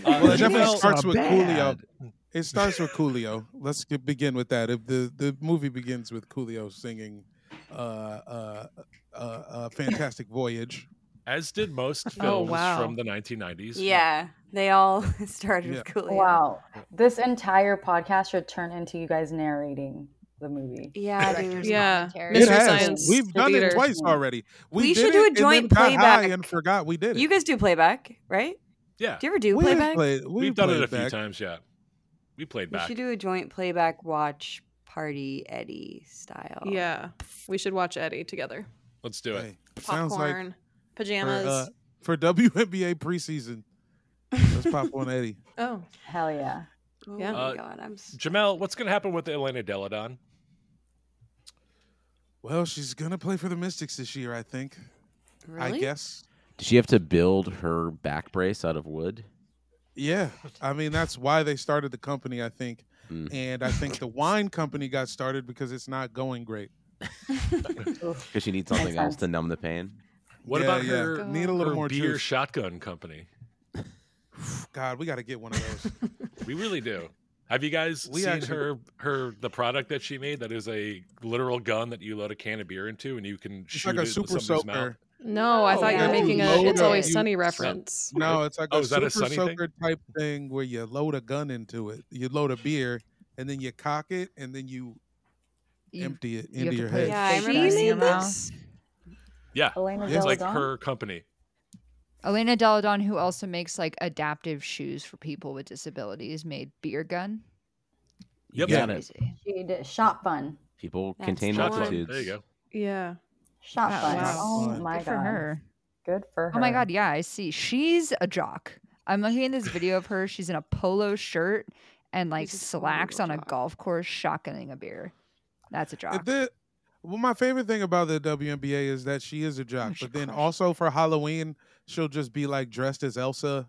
well, it definitely Well, starts uh, with bad. Coolio. It starts with Coolio. Let's get, begin with that. If the the movie begins with Coolio singing uh, uh, uh, uh, "Fantastic Voyage," As did most Oh, films wow. from the 1990s. Yeah, they all started with Coolio. Wow. This entire podcast should turn into you guys narrating the movie. Yeah, dude. Yeah. it Mystery has. Science. We've done Theater. it twice already. We, We did should do a it and then joint got high playback. and forgot we did it. You guys do playback, right? Yeah. Do you ever do We have playback? played- We've, done it a played few back. times, yeah. We played We back. should do a joint playback watch party Eddie style. Yeah. We should watch Eddie together. Let's do it. Hey, sounds like Popcorn, for, pajamas. uh, for WNBA preseason. Let's pop on Eddie. oh, Hell yeah. Oh Yeah. my Uh, god, I'm s- Jamel, what's going to happen with Elena Deladon? Well, she's gonna play for the Mystics this year, I think. really. I guess. Does she have to build her back brace out of wood? Yeah, I mean that's why they started the company, I think, Mm. and I think the wine company got started because it's not going great. Because she needs something Makes else sense. to numb the pain. What Yeah, about yeah. her, Need a little her more beer juice. shotgun company? God, we got to get one of those. We really do. Have you guys We seen actually- her her the product that she made that is a literal gun that you load a can of beer into and you can It's shoot like a it super into somebody's soaker. mouth? no, I thought you were No. making a Load It's up. Always You- Sunny reference. No, it's like Oh, a is that super a Sunny thing? soaker type thing where you load a gun into it. You load a beer and then you cock it and then you You- empty it you have into to your put head. it Yeah, I face remember down she in your made mouth. this. Yeah. Elena It's like Deladon? her company. Elena Deladon, who also makes like adaptive shoes for people with disabilities, made beer gun. You Yep. got it. Crazy. She did shot fun. People That's contain the one. Shotgun. multitudes. There you go. Yeah. Shot Wow. fun. Wow. Oh Good Good my god. for her. Good for her. Oh my god, yeah, I see. She's a jock. I'm looking at this video of her. She's in a polo shirt and like She's a small slacks little on a jock. golf course, shotgunning a beer. That's a And jock. then, well, my favorite thing about the WNBA is that she is a Oh, jock, she but then crushed it. also for Halloween, she'll just be like dressed as Elsa.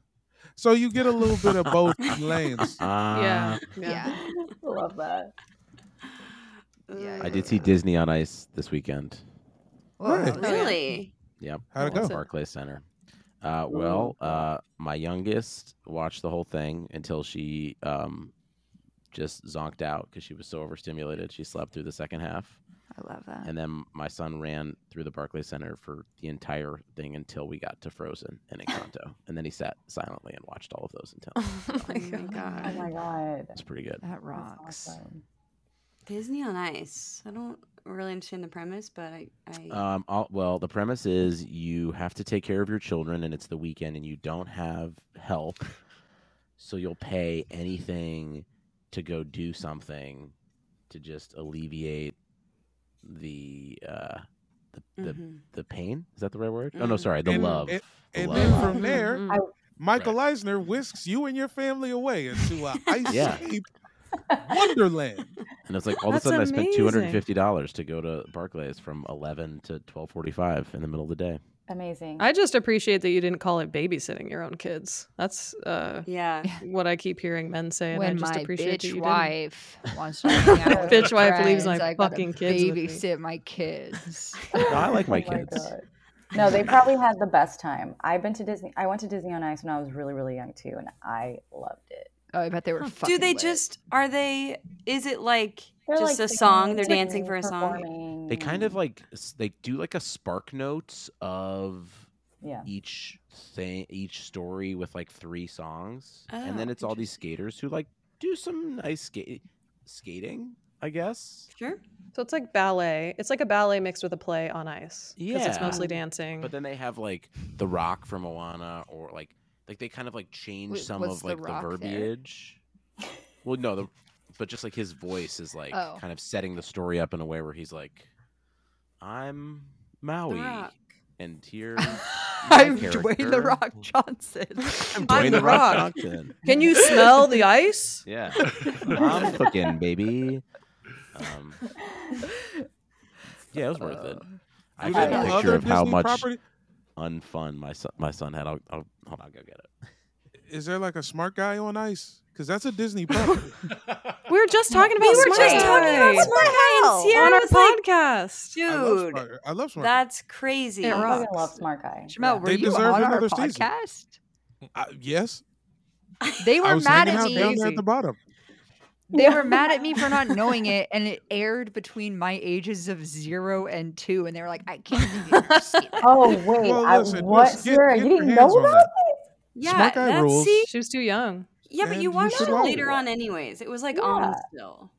So you get a little bit of both lanes. Yeah. Ah, yeah. Love that. Yeah, I did see Disney on Ice this weekend. Whoa, Right. yeah. Really? Yep. How'd it at go? Barclays Center. Uh, well, uh, my youngest watched the whole thing until she um, just zonked out because she was so overstimulated. She slept through the second half. I love that. And then my son ran through the Barclays Center for the entire thing until we got to Frozen and Encanto. and then he sat silently and watched all of those until Oh my god. Oh my god. it's pretty good. That That's rocks. awesome. Disney on Ice. I don't really understand the premise, but I, I Uh, Um, all, well, the premise is you have to take care of your children, and it's the weekend, and you don't have help, so you'll pay anything to go do something to just alleviate the uh, the, the Mm-hmm. Mhm. the pain. Is that the right word? Oh no, Mhm. sorry, the And- love. and- The and love. then from there, Mm, Michael Eisner whisks you and your family away into a ice Yeah. skate wonderland. and it's like all of a That's sudden I spent two hundred and amazing. fifty dollars to go to Barclays from eleven to twelve forty five in the middle of the day. Amazing. I just appreciate that you didn't call it babysitting your own kids. That's uh, yeah. what I keep hearing men say, and I When just my appreciate that you bitch didn't. wife wants to hang out with Bitch her wife leaves friends, my I gotta fucking kids with me. Babysit my kids. No, I like my Oh my kids. God. No, they probably had the best time. I've been to Disney. I went to Disney on Ice when I was really, really young too, and I loved it. Oh, I bet they were fucking Do they lit. just are they is it like They're, just like, a song? singing They're and dancing for a song. performing They kind of and- like s- they do like a spark notes of yeah. each thing each story with like three songs and then Oh, it's all these skaters who like do some nice skate skating i guess Sure. So it's like ballet. It's like a ballet mixed with a play on ice. 'cause Yeah. it's mostly dancing. but then they have like the rock from moana or like like they kind of like change Wait, some was of The like the, Rock there? verbiage well no the but just like his voice is like Oh. kind of setting the story up in a way where he's like i'm The maui Rock. and here I'm Dwayne the Rock Johnson. I'm Dwayne The Rock Johnson. Can you smell the ice? Yeah, I'm cooking, baby. Um, yeah, it was worth Oh. it. I You got didn't a love picture of the how Disney much property? unfun my son my son had. I'll, I'll hold on, I'll go get it. Is there like a smart guy on ice? Because that's a Disney property. We were just talking about we were Smart just talking about Guy. Smart Guy and Sierra on our was like, podcast. I love dude, Smart Guy. I love smart. Guy. that's crazy. It I rocks. love Smart Guy. Jamel, were They you deserve on our another season. podcast? I- yes, They I were was mad hanging at out me. down there at the bottom. They were mad at me for not knowing it, and it aired between my ages of zero and two, and they were like, "I can't believe you never seen that." Oh wait, Well, I, listen, what, listen, get- Sarah? get you your didn't hands know on about that. yeah, Smart Guy that's, rules. See, She was too young. yeah, but And you you watched should it watch later it. on, anyways. It was like on Yeah. still.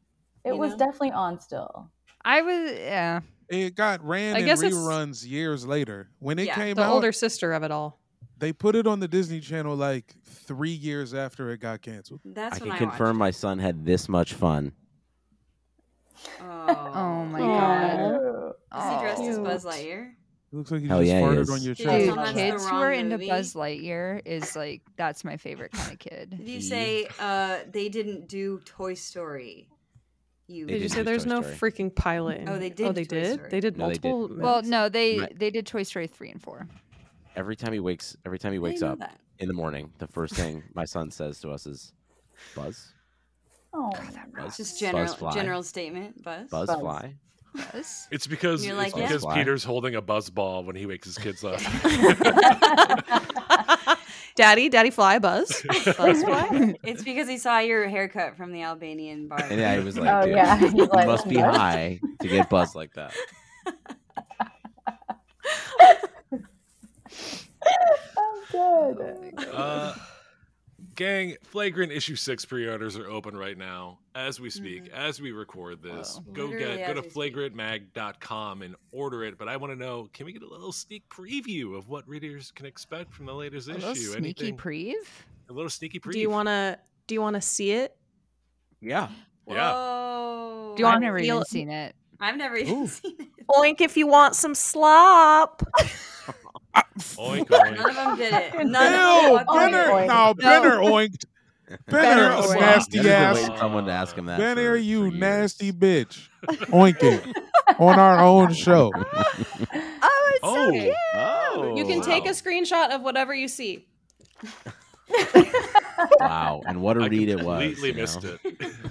it? It you was know? definitely on still. I was, yeah. It got ran I in guess it's- reruns years later. When it Yeah, came The out, older sister of it all. they put it on the Disney Channel like three years after it got canceled. That's I when can I confirm my son had this much fun. Watched. it. Oh my Aw. god. Is he dressed as Oh. Buzz Lightyear? It looks like you Hell just yeah, it farted is. on your Did chest. you tell him Dude, that's the kids who wrong are into movie? Buzz Lightyear is like that's my favorite kind of kid. Did you He- say uh, they didn't do Toy Story? You They Did you did say do there's Toy no Story. freaking pilot? in Oh, it? they Oh, did they Toy did. Story. They did No, they didn't. multiple. Well, movies? no, they Right. they did Toy Story three and four. Every time he wakes, every time he I didn't wakes know up that. in the morning, the first thing my son says to us is, "Buzz, Oh, Buzz, Just general Buzz fly, general statement, Buzz. Buzz, Buzz. fly." Yes. It's because You're like, it's yeah. because Why? Peter's holding a buzz ball when he wakes his kids up. Daddy, Daddy Fly Buzz. Buzz Fly. It's because he saw your haircut from the Albanian bar. And I was like, oh "Dude, yeah, he's you like, must be what? high to get Buzz like that." I'm good. Uh, gang, flagrant issue six pre-orders are open right now as we speak, as we record this. Wow. Go Mm-hmm. Literally get go as to we speak. flagrantmag.com and order it. But I want to know, can we get a little sneak preview of what readers can expect from the latest A issue? little sneaky Anything? preeve. a little sneaky preview. Do you want to? Do you want to see it? Yeah, Yeah. Whoa. Do you want- I've never feel- even seen it. Oh, I've never even Ooh. seen it. Blink if you want some slop. Oink, None of oink. them did it. Fucking None Ew, of them fucking Benner, did oink. it. no, Benner oinked. Benner, Benner oinked. nasty I've been ass. waiting for Someone to ask him that. Benner, for- for you years. nasty bitch. Oink it on our own show. Oh, it's so Oh, cute. Oh, you can take a wow. screenshot of whatever you see. Wow, and what a I read it was. completely you know? missed it.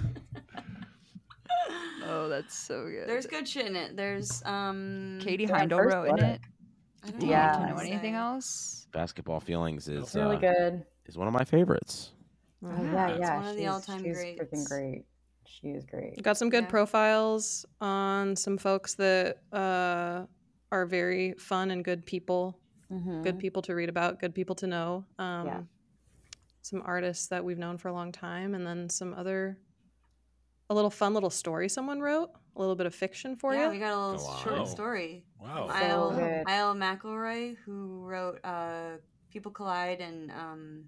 Oh, that's so good. There's good shit in it. There's um Katie Yeah, Heindel first wrote in one. it. I don't Do know yeah. what you to know say. anything else? Basketball feelings is It's really uh, good. is one of my favorites. Oh, yeah, It's yeah. one of the she's- all-time she's greats. freaking great. She is great. Got some good Yeah. profiles on some folks that uh, are very fun and good people. Mm-hmm. Good Mhm. people to read about. Good people to know. Um, Yeah. Some artists that we've known for a long time, and then some other, a little fun little story someone wrote. A little bit of fiction for yeah, you. we got a Go little on. Oh. short story. Wow. I- Isle, good. Isle McElroy, who wrote uh, People Collide and um,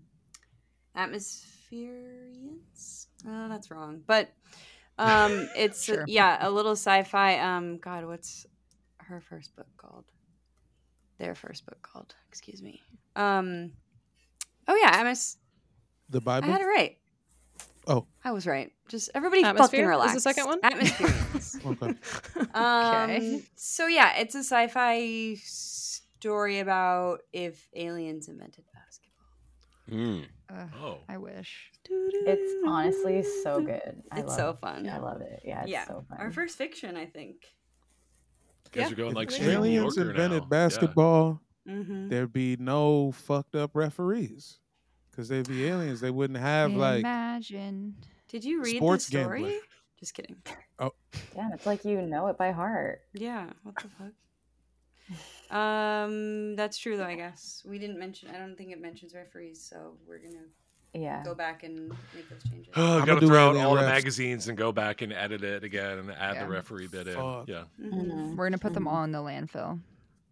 Atmospherians. Oh, that's wrong. But um, it's, Sure. yeah, a little sci fi. Um, God, what's her first book called? Their first book called, excuse me. Um, oh, yeah, Atmos- The I Bible. had it right. Oh. I was right. Just everybody Atmosphere fucking is the relax. second one? Atmospherians. Okay. Okay. Um, so yeah, it's a sci-fi story about if aliens invented basketball. Mm. Ugh, Oh. I wish. It's honestly so good. I it's love so it. fun. I love it. Yeah, it's yeah, so fun. our first fiction, I think. You guys Yeah. are going like If straight New Aliens Yorker invented now. basketball. Mm-hmm. There'd be no fucked up referees because they'd be aliens. They wouldn't have like. Imagine. Did you read Sports the story? gambling. Just kidding. Damn, it's like you know it by heart. Yeah. What the fuck? Um, that's true though. I guess we didn't mention. I don't think it mentions referees, so we're gonna Yeah. go back and make those changes. Oh, I'ma gotta do throw out alien all the refs. magazines and go back and edit it again and add Yeah. the referee bit in. Fuck. Yeah. Mhm. Mhm. We're gonna put them Mm-hmm. Mhm. all in the landfill.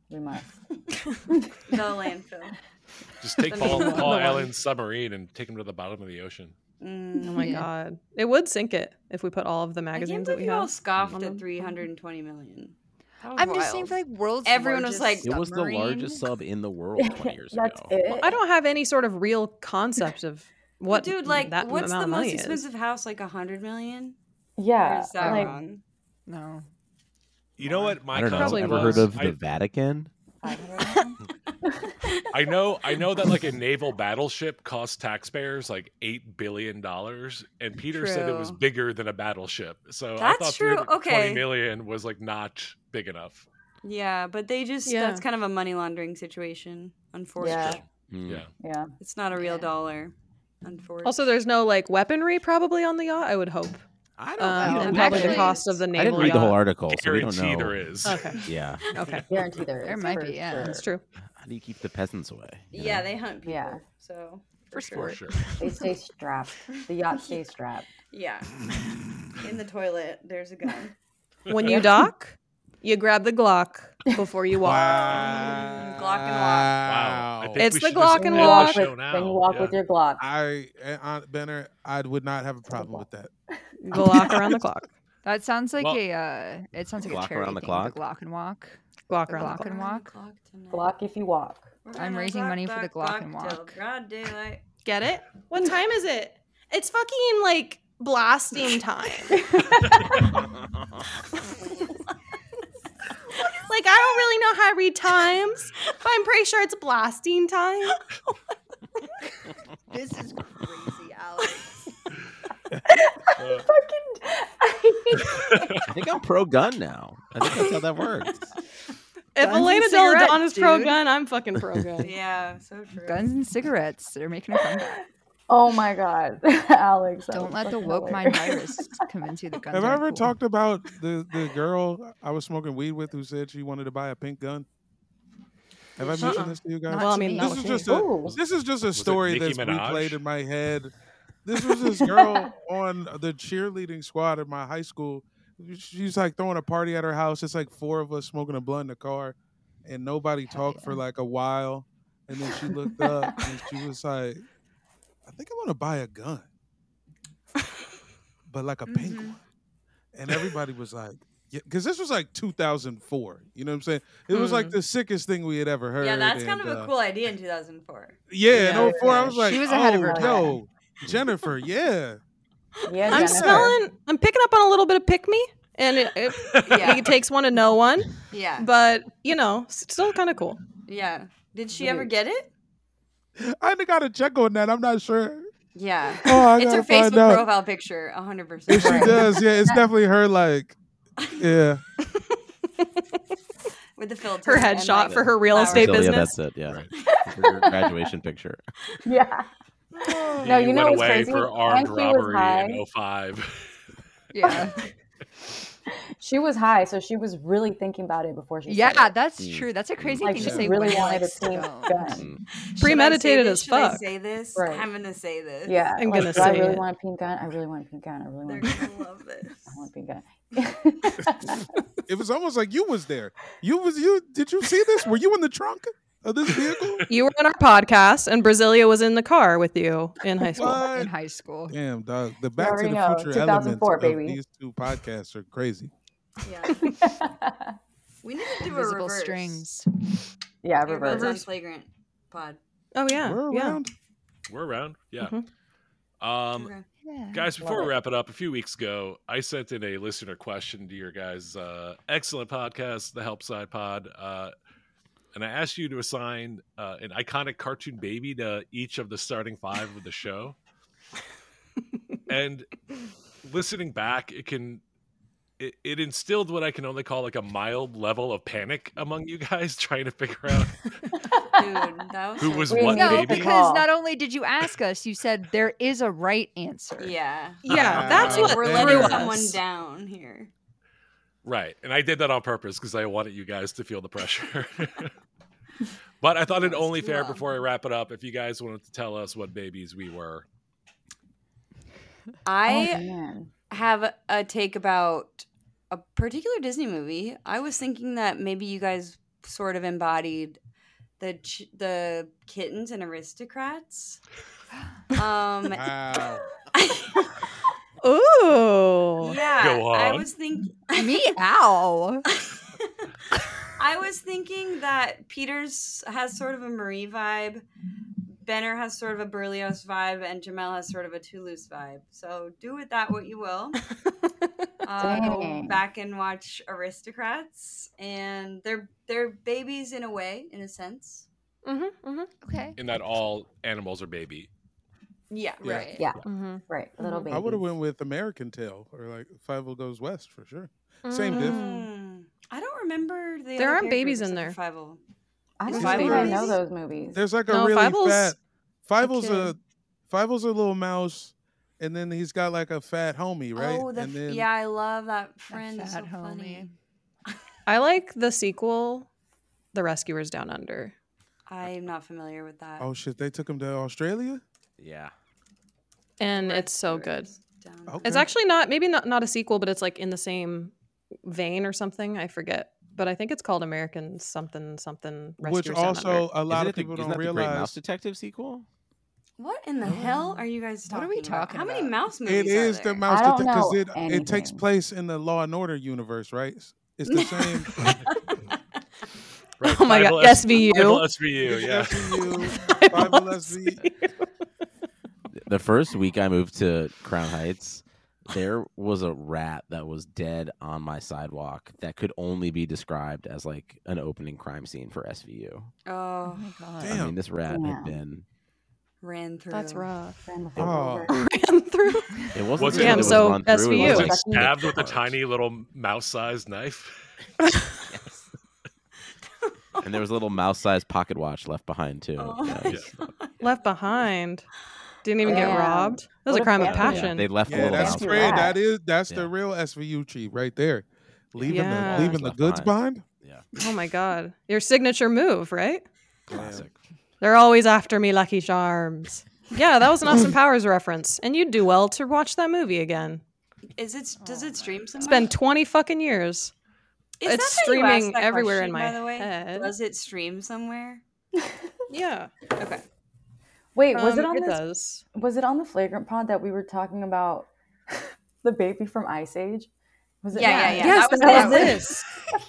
We must. The landfill. Just take The Paul, main one. Paul The one. Allen's submarine and take him to the bottom of the ocean. Mm. Oh my Yeah. god, it would sink it if we put all of the I can't magazines that believe we you all have. scoffed on at them. 320 million. I'm just saying for like world's Everyone was largest It was the submarine. largest sub in the world 20 years ago. Well, I don't have any sort of real concept of what dude like that what's amount the of money most is. expensive house like a hundred million Yeah, or is that like- wrong no You know what? My I don't know. concept Ever was, heard of I- the Vatican? I know I know that like a naval battleship costs taxpayers like eight billion dollars, and Peter said it was True. bigger than a battleship. So That's I thought true. 320 Okay. million was like not big enough. yeah but they just Yeah. that's kind of a money laundering situation unfortunately Yeah. Yeah. it's not a real dollar unfortunately Also, there's no like weaponry probably on the yacht. I would hope, I don't um, know. and probably Actually, the cost of the I naval didn't read the whole yacht. article, so we don't Guarantee know. there is. Okay, Yeah. okay, Guarantee there is. There might for be, yeah. sure. that's true. How do you keep the peasants away? you yeah know? they hunt people Yeah. so for For sport. sure. They stay strapped. The yacht stays strapped. yeah in the toilet there's a gun When you dock, you grab the Glock before you walk. Wow. Glock and Wow. I think It's we the should just Glock and end the walk. show With- now. Then you walk with Yeah. your Glock. I, uh, Aunt Benner, I would not have a problem with that. Glock around the clock. That sounds like Well- a uh, it sounds like Glock a charity around the thing, clock? Glock and walk. Glock The around the Glock clock. and walk. Glock if you walk. I'm raising money for the Glock and walk. God daylight. Get it? What time is it? It's fucking like blasting time. like I don't really know how to read times, but I'm pretty sure it's blasting time. This is crazy, Alex. Uh, Fucking. I think I'm pro gun now. I think that's how that works. If Guns and Elena cigarettes, Deladon is pro dude. gun, I'm fucking pro gun. Yeah, so true. Guns and cigarettes are making a comeback. oh my God, Alex. that Don't was let the fucking woke mind hilarious. virus convince you that guns have I aren't ever cool. talked about the, the girl I was smoking weed with who said she wanted to buy a pink gun? Have I mentioned Uh-uh. this to you guys? Not Well, I to mean, me. that this was is me. just Ooh. a this is just a Was it story Nicki that's Minaj? replayed in my head. This was this girl on the cheerleading squad at my high school. She's like throwing a party at her house. It's like four of us smoking a blunt in the car, and nobody Hell talked for yeah. like a while. And then she looked up and she was like, "I think I want to buy a gun, but like a pink Mm-hmm. Mhm. one." And everybody was like, "Yeah," because this was like 2004. You know what I'm saying? It was like the sickest thing we had ever heard. Mm-hmm. Yeah, that's kind of and, a uh, cool idea in 2004. yeah, Yeah. in 04, I was She like, was oh, ahead of her time." yo, Jennifer, yeah. Yeah, I'm Jennifer. smelling. I'm picking up on a little bit of pick me, and it, it, Yeah. it takes one to know one. Yeah. But you know, s- still kind of cool. Yeah. Did she ever get it? I ain't got a check on that. I'm not sure. Yeah. Oh, I it's her gotta find Facebook out. profile picture, 100%. If she does, yeah, it's definitely her, like, yeah. With the filter. Her and, headshot like, for her real flowers. estate Still, yeah, business. that's it. Yeah. Her graduation picture. Yeah. No, he you know went what's away crazy? for When armed she was robbery high, in 05. Yeah, she was high, so she was really thinking about it before she. said yeah, it. that's Mm. true. That's a crazy like thing she to say. really when wanted a Alex pink don't. gun. Should I Premeditated Mm-hmm. as say this? Should I fuck. say this? Right. I'm going to say this. Yeah, I'm like, gonna do I say really it. want a pink gun. I really want a pink gun. I really want. They're A pink going to love this. I want a pink gun. It was almost like you was there. You was, you, did you see this? Were you in the trunk of this vehicle? You were on our podcast, and Brasilia was in the car with you in high school. What? in high school. Damn, dog. The Back to already the know. Future 2004, elements baby. of these two podcasts are crazy. Yeah. We need to do a Invisible reverse. strings. yeah, Everyone's on reverse. flagrant pod. Oh yeah, We're yeah. around. We're around. Yeah. Mhm. Um, Okay. Yeah. Guys, Love before we it. wrap it up, a few weeks ago, I sent in a listener question to your guys' uh, excellent podcast, The Help Side Pod, uh, and I asked you to assign uh, an iconic cartoon baby to each of the starting five of the show. and listening back, it can it, it instilled what I can only call like a mild level of panic among you guys trying to figure out Dude, that was Who so was cool. what no, baby? because not only did you ask us, you said there is a right answer. Yeah. Ah. Yeah, that's Like, what we're Wow. threw letting someone us. down here. Right. And I did that on purpose because I wanted you guys to feel the pressure. but I thought it That was only too fair long. before I wrap it up if you guys wanted to tell us what babies we were. Oh, I man. have a take about a particular Disney movie. I was thinking that maybe you guys sort of embodied the ch- the kittens and aristocrats. Um, Uh, Wow. Ooh. yeah, Go I on. was thinking. Meow. I was thinking that Peters has sort of a Marie vibe, Benner has sort of a Berlioz vibe, and Jamel has sort of a Toulouse vibe. So do with that what you will. uh, go Dang. back and watch Aristocrats, and they're they're babies in a way, in a sense. Mm-hmm, mm-hmm. Okay. in that all animals are baby. Yeah. Yeah. Right. Yeah. Mhm. Right. Little I would have babies. went with American Tail or like Five O Goes West for sure. Same diff. Mm. I don't remember the. There other aren't bear babies groups in at the there. Five O. I don't Five even Eyes? know those movies. There's like a No, really Fivel's fat. Fivel's kid. a Fivel's a little mouse, and then he's got like a fat homie, right? Oh, the, and then yeah, I love that friend. It's so fat funny. I like the sequel, The Rescuers Down Under. I'm not familiar with that. Oh shit! They took him to Australia. Yeah. And it's so good. Down. Okay. It's actually not maybe not not a sequel, but it's like in the same vein or something. I forget, but I think it's called American something something. which Rescuers Down Under. also a lot of Isn't it the- people isn't don't that the Great Mouse realize Detective sequel. What in the hell are you guys What talking? are we about? talking How many about? mouse movies? it is the are there? mouse I don't because it know it takes anything. place in the Law and Order universe, right? It's, it's the same. Oh my god, SVU. SVU, it's yeah. SVU, Bible SVU. The first week I moved to Crown Heights, there was a rat that was dead on my sidewalk that could only be described as like an opening crime scene for SVU. Oh, I Damn. mean, this rat Yeah. had been. ran through. That's rough. Friend of Oh. Five Ran through. It wasn't. Was that it- it Damn, was so run through, SVU. Was It was Was it it like Fucking- stabbed with a charged. tiny little mouse-sized knife? and there was a little mouse-sized pocket watch left behind too. Oh That my was- Left behind. Didn't even get Yeah. robbed. That was a What a crime of family. yeah, passion. they left a Yeah, little that's mouse. Mouse great. Rat. That is that's Yeah. the real SVU chief right there. Leaving Yeah. the leaving the Left goods behind. behind. Yeah, oh my god. Your signature move, right? classic. They're always after me, Lucky Charms. Yeah, that was an Austin Powers reference, and you'd do well to watch that movie again. Is it? Does it stream somewhere? It's been twenty fucking years. Is it's that how you asked streaming that everywhere in question, my by the way? head. Does it stream somewhere? Yeah, Okay. Wait, was it Um, on this? does. Was it on the flagrant pod that we were talking about the baby from Ice Age? Was it? Yeah, yeah, that? yeah. Yes, that was that was that one. this.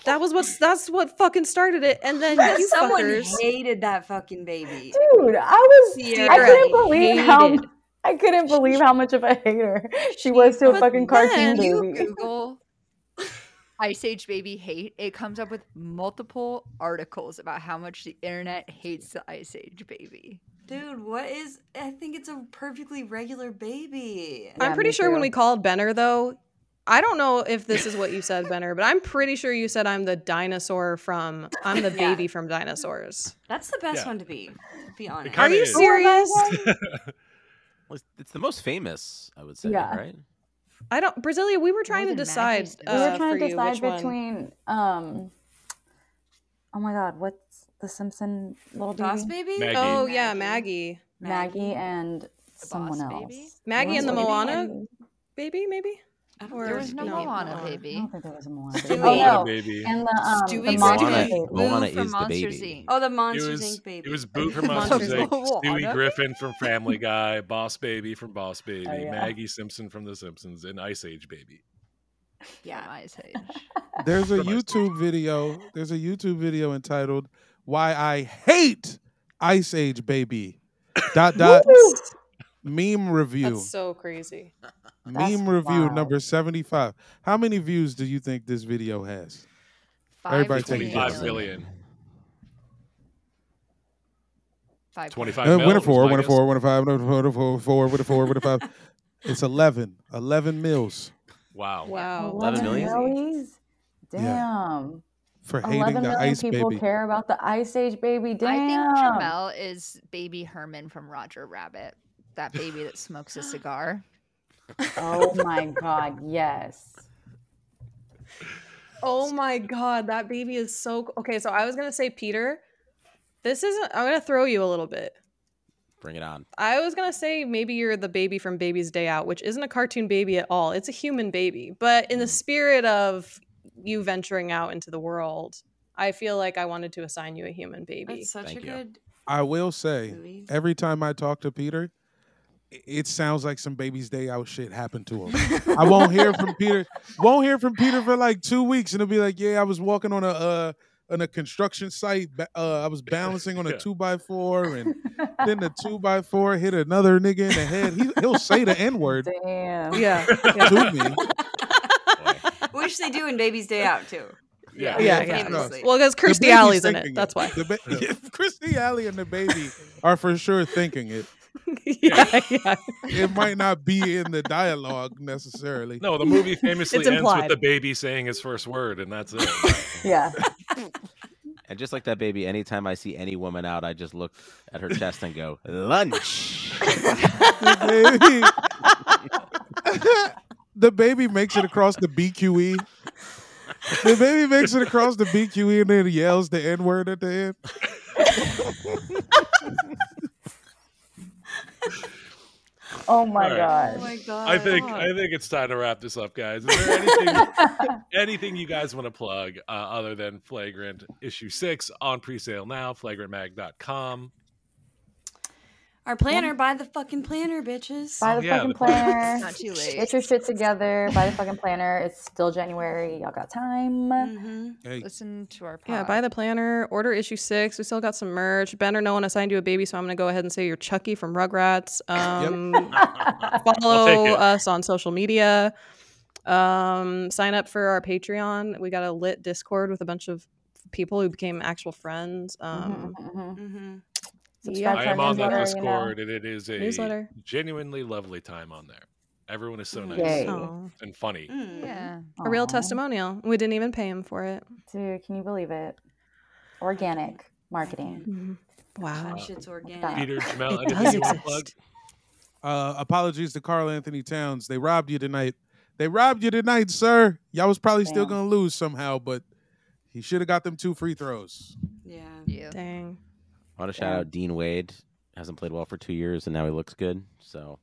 that was what's that's what fucking started it, and then you Someone fuckers. hated that fucking baby. Dude, I was. I Sierra couldn't believe how. hated. I couldn't believe how much of a hater she was to a But fucking cartoon then you baby. Google Ice Age baby hate, it comes up with multiple articles about how much the internet hates the Ice Age baby. Dude, what is? I think it's a perfectly regular baby. Yeah, I'm pretty me sure when too. we called Benner though, I don't know if this is what you said, Benner, but I'm pretty sure you said I'm the dinosaur from I'm the Yeah. baby from dinosaurs. That's the best Yeah. one to be. To be honest. Are kinda you is. serious? Well, it's- It's the most famous, I would say. Yeah. Right. I don't Brasilia, we were trying to Northern decide. Majesty. Uh, we were trying for to you decide which one. between. um Oh my God, what's the Simpson little Boss baby? baby? Maggie. Oh yeah, Maggie. Maggie and someone boss else. baby? Maggie and the Wasn't it Moana? Maggie? Baby, maybe? I don't Or- There think was it's no baby. Moana Moana. I baby. don't think there was a Moana. Stewie. Oh, no. Maybe. And the, um, the Stewie monster Griffin. baby. Boo from Moana is the Monsters, baby. Inc. Oh, the It Monsters was, Inc. baby. it was Boo from Monsters, Monsters Inc. Inc. Stewie Moana? Griffin from Family Guy, Boss Baby from Boss Oh, Baby, yeah. Maggie Simpson from The Simpsons, and Ice Age Baby. Yeah, Yeah. Ice Age. There's a From Ice Age. YouTube video. There's a YouTube video entitled "Why I Hate Ice Age Baby." Dot dot meme review. That's so crazy. That's meme review wild. number seventy five. How many views do you think this video has? Everybody take a million. guess. 25 million. Five 25 Uh, million. winner four, winner four, winner five, winner four, winner four, four, winner four, winner five. It's 11. 11 mils Wow. Wow. 11 million? millies? Yeah. Damn. for hating 11 the million ice people baby. care about the Ice Age baby. Damn. I think Jamel is baby Herman from Roger Rabbit. That baby that smokes a cigar. Oh my God. Yes. Oh my god, that baby is so okay. So I was gonna say Peter. This isn't I'm gonna throw you a little bit. Bring it on. I was gonna say maybe you're the baby from Baby's Day Out, which isn't a cartoon baby at all. It's a human baby. But Mm. in the spirit of you venturing out into the world, I feel like I wanted to assign you a human baby. That's such Thank a you. good I will say, movie. every time I talk to Peter, it sounds like some baby's day out shit happened to him. I won't hear from Peter. Won't hear from Peter for like two weeks, and it'll be like, yeah, I was walking on a uh, on a construction site. ba- Uh, I was balancing on a Yeah. two by four, and then the two by four hit another nigga in the head. He, he'll say the n word Damn. Yeah. to me. Which they do in Baby's Day Out too. Yeah. yeah, Yeah, yeah. for sure. Well, because The Kirstie baby's Alley's in thinking it. That's why. The ba- Christy Alley and the baby are for sure thinking it. yeah, yeah. It might not be in the dialogue necessarily. No, the movie famously ends It's with implied. the baby saying his first word, and that's it. Yeah. And just like that baby, anytime I see any woman out, I just look at her chest and go, lunch. the baby the baby makes it across the BQE. The baby makes it across the BQE and then yells the N word at the end. Oh my All right. god. Oh my god. I think I think it's time to wrap this up, guys. Is there anything anything you guys want to plug uh, other than Flagrant Issue Six on presale now? Flagrantmag.com. Our planner, buy the fucking planner, bitches. Buy Oh, the Yeah, fucking the- planner. Not too Get late. your shit together. Buy the fucking planner. It's still January. Y'all got time. hmm Hey, Mm-hmm. Listen to our pod. Uh, Yeah, buy the planner, order issue six. We still got some merch. Ben or no one assigned you a baby, so I'm going to go ahead and say you're Chucky from Rugrats. Um, I'll follow take it. us on social media. Um, sign up for our Patreon. We got a lit Discord with a bunch of people who became actual friends. Um, Mhm, mhm. hmm Subscribe I to our am on that newsletter, you know. Discord, and it is a Newsletter. genuinely lovely time on there. Everyone is so nice Yay. Oh. aw. and funny. Mm. Yeah. A real Aw. testimonial. We didn't even pay him for it. Dude, can you believe it? Organic marketing. Wow. shit's that. organic. Peter, Jamel, It anything does you want to plug? exist. Uh, apologies to Carl Anthony Towns. They robbed you tonight. They robbed you tonight, sir. Y'all was probably still Damn. gonna lose somehow, but he should have got them two free throws. Yeah. You. Dang. I want to shout out Dean Wade. Hasn't played well for two years, and now he looks good. So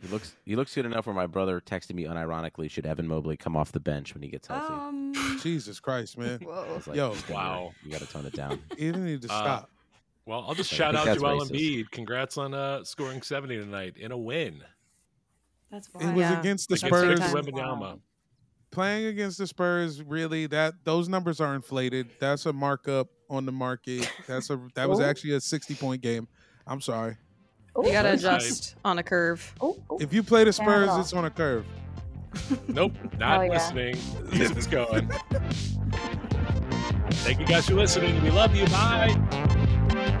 he looks he looks good enough. Where my brother texted me unironically, should Evan Mobley come off the bench when he gets Oh. healthy? Um, Mm-hmm. Jesus Christ, man. I Whoa. was like, Yo. "Come here, Wow. you got to tone it down. You need to Uh, stop. Well, I'll just I shout think out that's Joel racist. Embiid. Congrats on uh, scoring 70 tonight in a win. that's why. it was Oh, yeah. against the Against Spurs. Victor Sometimes. Wembanyama. playing against the Spurs really that those numbers are inflated. That's a markup on the market. That's a that was Ooh. actually a 60 point game. I'm sorry. Ooh, Oh. You got to Nice. adjust on a curve. ooh, oow. If you play the Sound Spurs, off. it's on a curve. Nope, not Oh, yeah. listening. This is going. Thank you guys for listening. We love you. Bye.